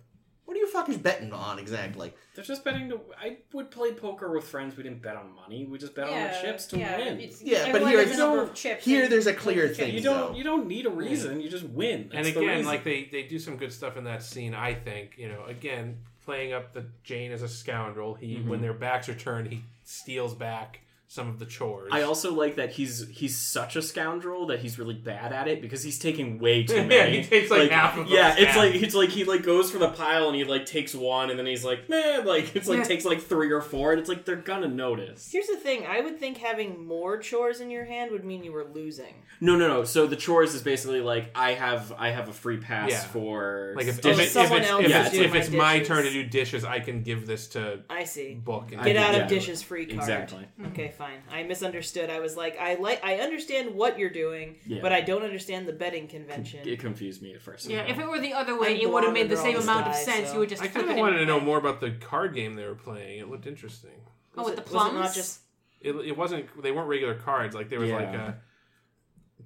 Speaker 1: what are you fuckers betting on exactly?
Speaker 5: They're just betting to. I would play poker with friends. We didn't bet on money. We just bet on the chips to
Speaker 4: yeah,
Speaker 5: win.
Speaker 4: it's-
Speaker 1: Yeah, but
Speaker 4: everyone
Speaker 1: here
Speaker 4: has
Speaker 1: it's-
Speaker 4: a number of chips.
Speaker 1: Here,
Speaker 4: and-
Speaker 1: there's a clear
Speaker 4: You
Speaker 1: thing.
Speaker 5: You don't.
Speaker 1: though.
Speaker 5: You don't need a reason. You just win.
Speaker 3: and
Speaker 5: That's the
Speaker 3: again,
Speaker 5: reason.
Speaker 3: like they they do some good stuff in that scene. I think you know again playing up the Jane as a scoundrel. He
Speaker 5: Mhm.
Speaker 3: when their backs are turned, he steals back some of the chores.
Speaker 5: I also like that he's he's such a scoundrel that he's really bad at it because he's taking way too many.
Speaker 3: yeah, he takes like, half of
Speaker 5: yeah,
Speaker 3: the
Speaker 5: it's
Speaker 3: staff.
Speaker 5: like it's like he like goes for the pile and he like takes one and then he's like man like it's like takes like three or four and it's like they're gonna notice.
Speaker 2: Here's the thing: I would think having more chores in your hand would mean you were losing.
Speaker 5: No, no, no. So the chores is basically like I have I have a free pass
Speaker 3: Yeah.
Speaker 5: for
Speaker 3: like if,
Speaker 5: stuff.
Speaker 3: if, it- if
Speaker 2: someone
Speaker 3: it's,
Speaker 2: else
Speaker 3: if,
Speaker 5: is
Speaker 3: it's,
Speaker 2: doing
Speaker 3: if
Speaker 2: my
Speaker 3: it's my
Speaker 2: dishes.
Speaker 3: turn to do dishes, I can give this to
Speaker 2: I see.
Speaker 3: book. And
Speaker 5: Mm. I
Speaker 2: Get
Speaker 5: think-
Speaker 2: out
Speaker 5: yeah.
Speaker 2: of dishes free card.
Speaker 5: exactly.
Speaker 6: Mm-hmm.
Speaker 2: Okay, fine. I misunderstood. I was like, I like, I understand what you're doing,
Speaker 5: Yeah.
Speaker 2: but I don't understand the betting convention.
Speaker 5: It confused me at first.
Speaker 6: Yeah, if it were the other way,
Speaker 2: I'm
Speaker 6: it would have made the
Speaker 2: blonde
Speaker 6: same
Speaker 2: and
Speaker 6: amount of
Speaker 2: all this
Speaker 6: sense.
Speaker 2: guy,
Speaker 6: You would just
Speaker 3: I kind of
Speaker 6: put it
Speaker 3: wanted to
Speaker 6: in-
Speaker 3: know more about the card game they were playing. It looked interesting.
Speaker 6: Oh,
Speaker 2: Was
Speaker 6: with the
Speaker 2: it- was it not
Speaker 6: plums.
Speaker 2: just-
Speaker 3: It, it wasn't. They weren't regular cards. Like there was like
Speaker 5: Yeah.
Speaker 3: a.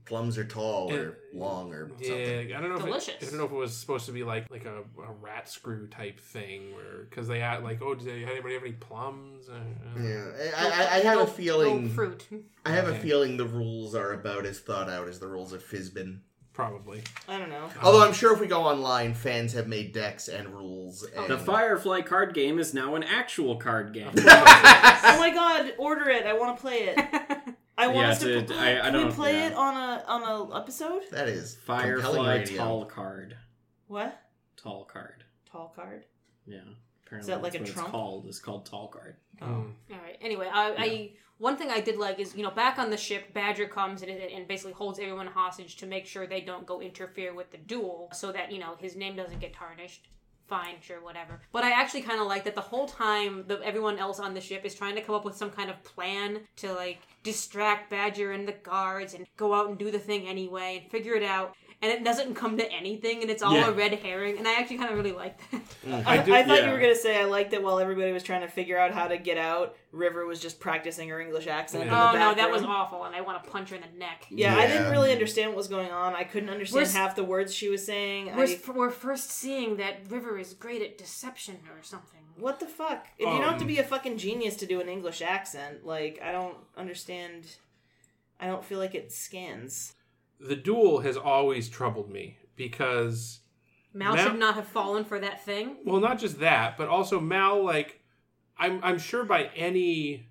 Speaker 1: Plums are tall or
Speaker 3: Yeah.
Speaker 1: long or
Speaker 3: Yeah,
Speaker 1: something.
Speaker 3: I don't know. If
Speaker 6: Delicious.
Speaker 3: it, I don't know if it was supposed to be like like a, a rat screw type thing, where because they had like, oh, does anybody have any plums? Uh, uh,
Speaker 1: Yeah, I, I, I have
Speaker 6: No-
Speaker 1: a feeling.
Speaker 6: no fruit.
Speaker 1: I have a
Speaker 3: Okay.
Speaker 1: feeling the rules are about as thought out as the rules of Fizbin.
Speaker 3: Probably.
Speaker 2: I don't know.
Speaker 5: Uh-huh.
Speaker 1: Although I'm sure if we go online, fans have made decks and rules. And
Speaker 5: The Firefly card game is now an actual card game.
Speaker 2: oh my god! Order it. I want to play it. I want
Speaker 5: Yeah,
Speaker 2: us to.
Speaker 5: dude, I- I
Speaker 2: Can we
Speaker 5: don't-
Speaker 2: play
Speaker 5: yeah.
Speaker 2: it on a on a episode?
Speaker 1: That is compelling
Speaker 5: Firefly
Speaker 1: radio.
Speaker 5: tall card.
Speaker 2: What
Speaker 5: Tall card.
Speaker 2: tall card?
Speaker 5: Yeah. Apparently
Speaker 2: that like
Speaker 5: that's
Speaker 2: a
Speaker 5: what
Speaker 2: trump?
Speaker 5: It's called. It's called tall card.
Speaker 3: Um,
Speaker 6: All right. Anyway, I, I one thing I did like is you know back on the ship, Badger comes and, and basically holds everyone hostage to make sure they don't go interfere with the duel, so that you know his name doesn't get tarnished. Fine, sure, whatever. But I actually kind of like that the whole time the everyone else on the ship is trying to come up with some kind of plan to like distract Badger and the guards and go out and do the thing anyway and figure it out. And it doesn't come to anything, and it's all
Speaker 5: Yeah.
Speaker 6: a red herring. And I actually kind of really like that.
Speaker 2: I,
Speaker 3: do-
Speaker 2: I thought you
Speaker 5: yeah.
Speaker 2: were gonna say I liked that while everybody was trying to figure out how to get out, River was just practicing her English accent. in
Speaker 3: Yeah.
Speaker 2: the
Speaker 6: oh no,
Speaker 2: back
Speaker 6: that
Speaker 2: room.
Speaker 6: was awful, and I want to punch her in the neck.
Speaker 2: Yeah, I didn't
Speaker 1: Yeah.
Speaker 2: really understand what was going on. I couldn't understand
Speaker 6: We're s-
Speaker 2: half the words she was saying.
Speaker 6: We're,
Speaker 2: I,
Speaker 6: f- we're first seeing that River is great at deception or something.
Speaker 2: what the fuck? If you don't have to
Speaker 3: Um,
Speaker 2: be a fucking genius to do an English accent, like I don't understand. I don't feel like it scans.
Speaker 3: the duel has always troubled me because
Speaker 6: Mal
Speaker 3: Mal-
Speaker 6: should not have fallen for that thing.
Speaker 3: well, not just that, but also Mal. Like, I'm I'm sure by any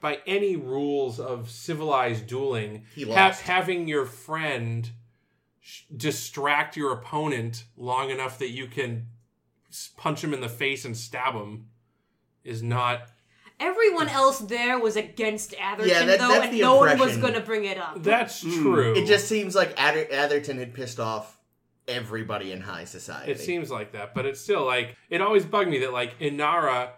Speaker 3: by any rules of civilized dueling,
Speaker 1: He
Speaker 3: ha-
Speaker 1: lost.
Speaker 3: having your friend sh- distract your opponent long enough that you can s- punch him in the face and stab him is not
Speaker 6: Everyone else there was against Atherton,
Speaker 1: Yeah, that-
Speaker 6: though,
Speaker 1: that's
Speaker 6: and
Speaker 1: the
Speaker 6: no one was
Speaker 1: impression.
Speaker 6: going to bring it up.
Speaker 3: that's true.
Speaker 1: Hmm. It just seems like Ather- Atherton had pissed off everybody in high society.
Speaker 3: It seems like that, but it's still like it always bugged me that like Inara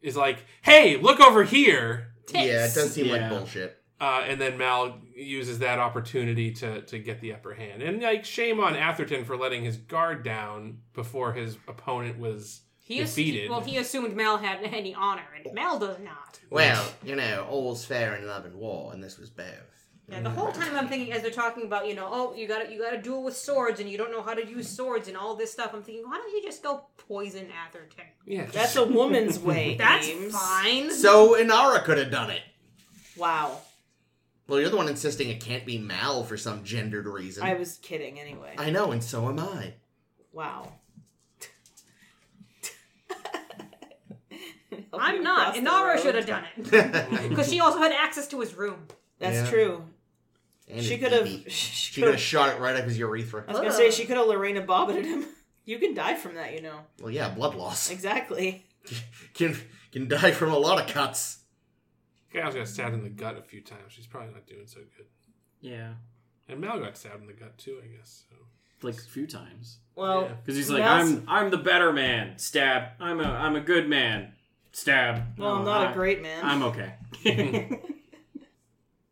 Speaker 3: is like, "Hey, look over here,"
Speaker 1: yeah, it does seem like
Speaker 5: Yeah.
Speaker 1: bullshit.
Speaker 3: uh, and then Mal uses that opportunity to to get the upper hand. And like, shame on Atherton for letting his guard down before his opponent was
Speaker 6: He ass-
Speaker 3: defeated.
Speaker 6: well, he assumed Mal had any honor, and Mal does not.
Speaker 1: Well, you know, all's fair in love and war, and this was both.
Speaker 6: Yeah, the whole time I'm thinking as they're talking about, you know, oh, you got to you got to duel with swords, and you don't know how to use swords, and all this stuff. I'm thinking, why don't you just go poison Atherton?
Speaker 3: Yeah,
Speaker 2: That's a woman's way.
Speaker 6: That's
Speaker 2: Ames.
Speaker 6: fine.
Speaker 1: So Inara could have done it.
Speaker 2: Wow.
Speaker 1: Well, you're the one insisting it can't be Mal for some gendered reason.
Speaker 2: I was kidding anyway.
Speaker 1: I know, and so am I.
Speaker 2: Wow.
Speaker 6: I'm
Speaker 2: Across
Speaker 6: not.
Speaker 2: the
Speaker 6: Inara
Speaker 2: road.
Speaker 6: should have done it
Speaker 1: and
Speaker 6: because she also had access to his room.
Speaker 2: That's
Speaker 1: Yeah.
Speaker 2: true. she
Speaker 1: it
Speaker 2: could have.
Speaker 1: beat
Speaker 2: She
Speaker 1: me. She could
Speaker 2: could
Speaker 1: have shot it right up his urethra.
Speaker 2: I was gonna say she could have Lorena bobbited him. You can die from that, you know.
Speaker 1: Well, yeah, blood loss
Speaker 2: Exactly.
Speaker 1: can can die from a lot of cuts.
Speaker 3: Gal's got stabbed in the gut a few times. She's probably not doing so good.
Speaker 5: Yeah,
Speaker 3: And Mal got stabbed in the gut too, I guess. So.
Speaker 5: like a few times.
Speaker 2: Well,
Speaker 3: Yeah.
Speaker 5: Because he's like,
Speaker 2: Mal's-
Speaker 5: I'm I'm the better man. Stab. I'm a I'm a good man. Stab.
Speaker 2: well,
Speaker 5: No,
Speaker 2: I'm not
Speaker 5: I-
Speaker 2: a great man.
Speaker 5: I'm okay.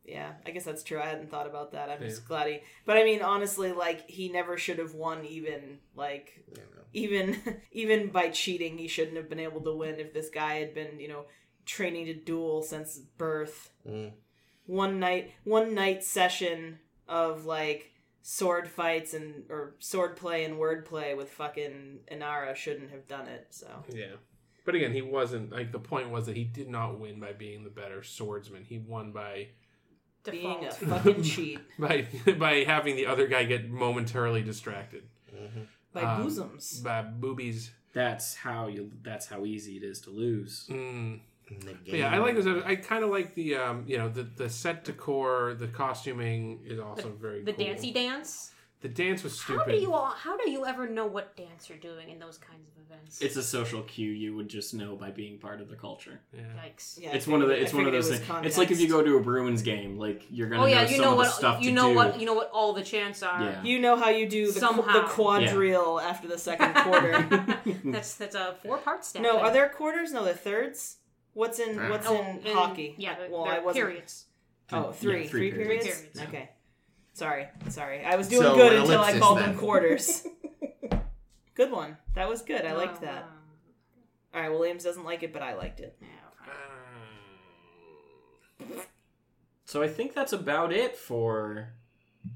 Speaker 2: yeah, I guess that's true. I hadn't thought about that. I'm
Speaker 3: Yeah.
Speaker 2: just glad he. But I mean, honestly, like he never should have won. Even like
Speaker 1: You know.
Speaker 2: even even by cheating, he shouldn't have been able to win if this guy had been you know training to duel since birth.
Speaker 1: Mm.
Speaker 2: One night, one night session of like sword fights and or sword play and word play with fucking Inara shouldn't have done it. So
Speaker 3: Yeah. But again, he wasn't like the point was that he did not win by being the better swordsman. He won by
Speaker 2: being a
Speaker 6: Default.
Speaker 2: fucking cheat
Speaker 3: by by having the other guy get momentarily distracted
Speaker 2: by
Speaker 3: Um,
Speaker 2: bosoms.
Speaker 3: by boobies.
Speaker 5: that's how you. That's how easy it is to lose.
Speaker 3: Mm.
Speaker 1: In the
Speaker 3: But yeah, I like
Speaker 1: game.
Speaker 3: this. I kind of like the um, you know, the the set decor, the costuming is also very
Speaker 4: The
Speaker 3: cool.
Speaker 4: dancey dance.
Speaker 3: The dance was
Speaker 4: How
Speaker 3: stupid.
Speaker 4: do you all? How do you ever know what dance you're doing in those kinds of events?
Speaker 5: It's a social cue you would just know by being part of the culture.
Speaker 3: yeah.
Speaker 4: Yikes.
Speaker 2: Yeah, I
Speaker 5: it's one of the.
Speaker 2: figured- I
Speaker 5: It's one of
Speaker 2: figured
Speaker 5: those
Speaker 2: it was
Speaker 5: things. It's like if you
Speaker 2: context.
Speaker 5: go to a Bruins game, like you're gonna
Speaker 4: Oh yeah,
Speaker 5: know
Speaker 4: you
Speaker 5: some
Speaker 4: know
Speaker 5: of
Speaker 4: what
Speaker 5: the stuff
Speaker 4: you
Speaker 5: to
Speaker 4: know
Speaker 5: do.
Speaker 4: what you know what all the chants are.
Speaker 5: Yeah.
Speaker 2: You know how you do the, qu-
Speaker 4: Somehow.
Speaker 2: the quadrille after the second quarter.
Speaker 4: that's that's a four part step.
Speaker 2: Hmm. no, are there quarters? No, the thirds. What's in
Speaker 5: Uh,
Speaker 2: what's
Speaker 4: Oh,
Speaker 2: in
Speaker 4: and-
Speaker 2: hockey?
Speaker 4: Yeah,
Speaker 2: well,
Speaker 4: they're
Speaker 2: I wasn't.
Speaker 4: periods.
Speaker 2: Oh, three,
Speaker 5: Yeah,
Speaker 2: three,
Speaker 5: three
Speaker 2: periods.
Speaker 5: periods.
Speaker 4: Periods, yeah.
Speaker 2: Okay, sorry, sorry. I was doing
Speaker 1: So,
Speaker 2: good
Speaker 1: an
Speaker 2: until I
Speaker 1: ellipsis
Speaker 2: called
Speaker 1: then.
Speaker 2: them quarters. good one. That was good. I
Speaker 4: Oh,
Speaker 2: liked that. All right, Williams doesn't like it, but I liked it.
Speaker 4: Um, yeah, okay.
Speaker 3: Uh,
Speaker 5: So I think that's about it for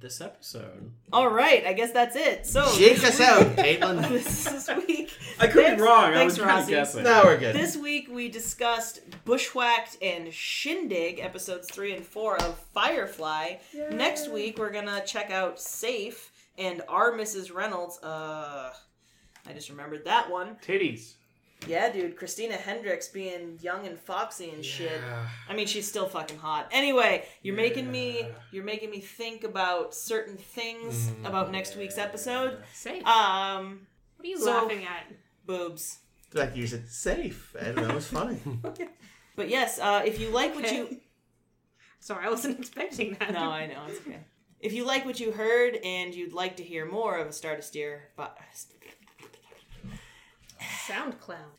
Speaker 5: this episode.
Speaker 2: All right, I guess that's it. So
Speaker 1: Shake
Speaker 2: this
Speaker 1: us
Speaker 2: week-
Speaker 1: out, Caitlin.
Speaker 2: this is week.
Speaker 5: I could
Speaker 2: Thanks-
Speaker 5: be wrong.
Speaker 2: thanks,
Speaker 5: I was kind of
Speaker 2: Rossi.
Speaker 5: guessing.
Speaker 1: now we're good.
Speaker 2: This week we discussed Bushwhacked and Shindig, episodes three and four of Firefly. Next week we're gonna check out Safe and Our Mrs. Reynolds. Uh, I just remembered that one.
Speaker 3: Titties.
Speaker 2: Yeah, dude, Christina Hendricks being young and foxy and shit. I mean, she's still fucking hot. Anyway, you're making me you're making me think about certain things about next week's episode.
Speaker 4: Safe.
Speaker 2: Um,
Speaker 4: what are you
Speaker 2: so-
Speaker 4: laughing at?
Speaker 2: boobs.
Speaker 1: Like you said, safe. I don't know. It's funny.
Speaker 2: But yes, uh, if you like what
Speaker 4: Okay.
Speaker 2: you
Speaker 4: Sorry, I wasn't expecting that.
Speaker 2: No, I know. It's okay. If you like what you heard and you'd like to hear more of a Star to Steer, but
Speaker 4: Sound clown.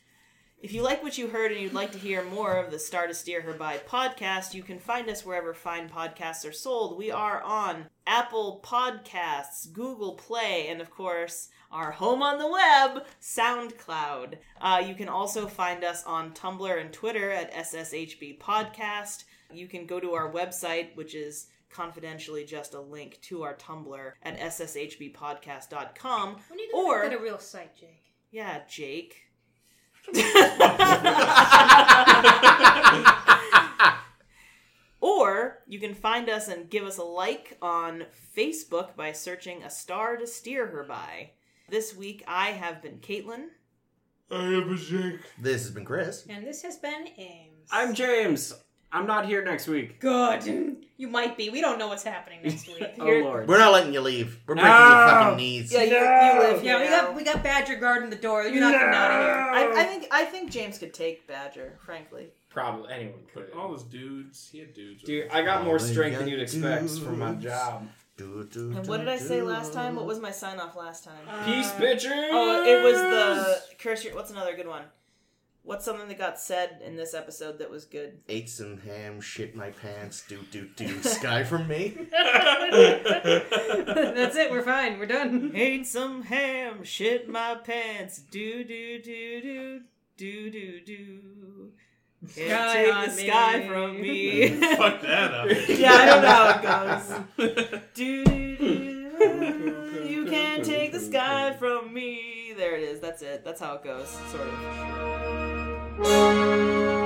Speaker 2: if you like what you heard and you'd like to hear more of the Star to Steer Her By podcast, you can find us wherever fine podcasts are sold. We are on Apple Podcasts, Google Play, and of course, our home on the web, SoundCloud. Uh, you can also find us on Tumblr and Twitter at SSHB Podcast. You can go to our website, which is confidentially just a link to our Tumblr at sshbpodcast.com.
Speaker 4: We need to
Speaker 2: Or-
Speaker 4: get a real site, Jake.
Speaker 2: Yeah, Jake. or you can find us and give us a like on Facebook by searching a star to steer her by. This week I have been Caitlin.
Speaker 8: I have a shake.
Speaker 1: This has been Chris.
Speaker 6: And this has been Ames.
Speaker 5: I'm James. I'm not here next week.
Speaker 6: good. You might be. We don't know what's happening next week.
Speaker 5: Oh
Speaker 2: You're-
Speaker 5: lord.
Speaker 1: We're not letting you leave. We're breaking
Speaker 5: No.
Speaker 1: your
Speaker 2: Ah!
Speaker 1: fucking knees.
Speaker 2: you, you live
Speaker 6: yeah, we got we got Badger guarding the door. You're not getting out of here.
Speaker 2: I, I think I think James could take Badger, frankly.
Speaker 5: Probably anyone could.
Speaker 3: All those dudes. He had dudes. with
Speaker 5: Oh, Dude,
Speaker 3: him.
Speaker 5: I got more
Speaker 1: Oh, you
Speaker 5: strength
Speaker 1: got
Speaker 5: than you'd expect
Speaker 1: dudes.
Speaker 5: from my job.
Speaker 1: Do, do,
Speaker 2: And
Speaker 1: do,
Speaker 2: what did I say
Speaker 1: do.
Speaker 2: last time? What was my sign off last time?
Speaker 5: Peace, bitches.
Speaker 2: Uh, Oh, it was the curse. Your, what's another good one? What's something that got said in this episode that was good?
Speaker 1: Ate some ham, shit my pants, do do do. Sky from me.
Speaker 6: That's it. We're fine. We're done.
Speaker 2: Ate some ham, shit my pants, do do do do do do do Can't
Speaker 6: Sky on
Speaker 2: take the sky
Speaker 6: me.
Speaker 2: from me.
Speaker 8: Fuck that up.
Speaker 2: yeah, I don't know how it goes. Do, do, do, do. you can't take the sky from me. There it is. That's it. That's how it goes, sort of.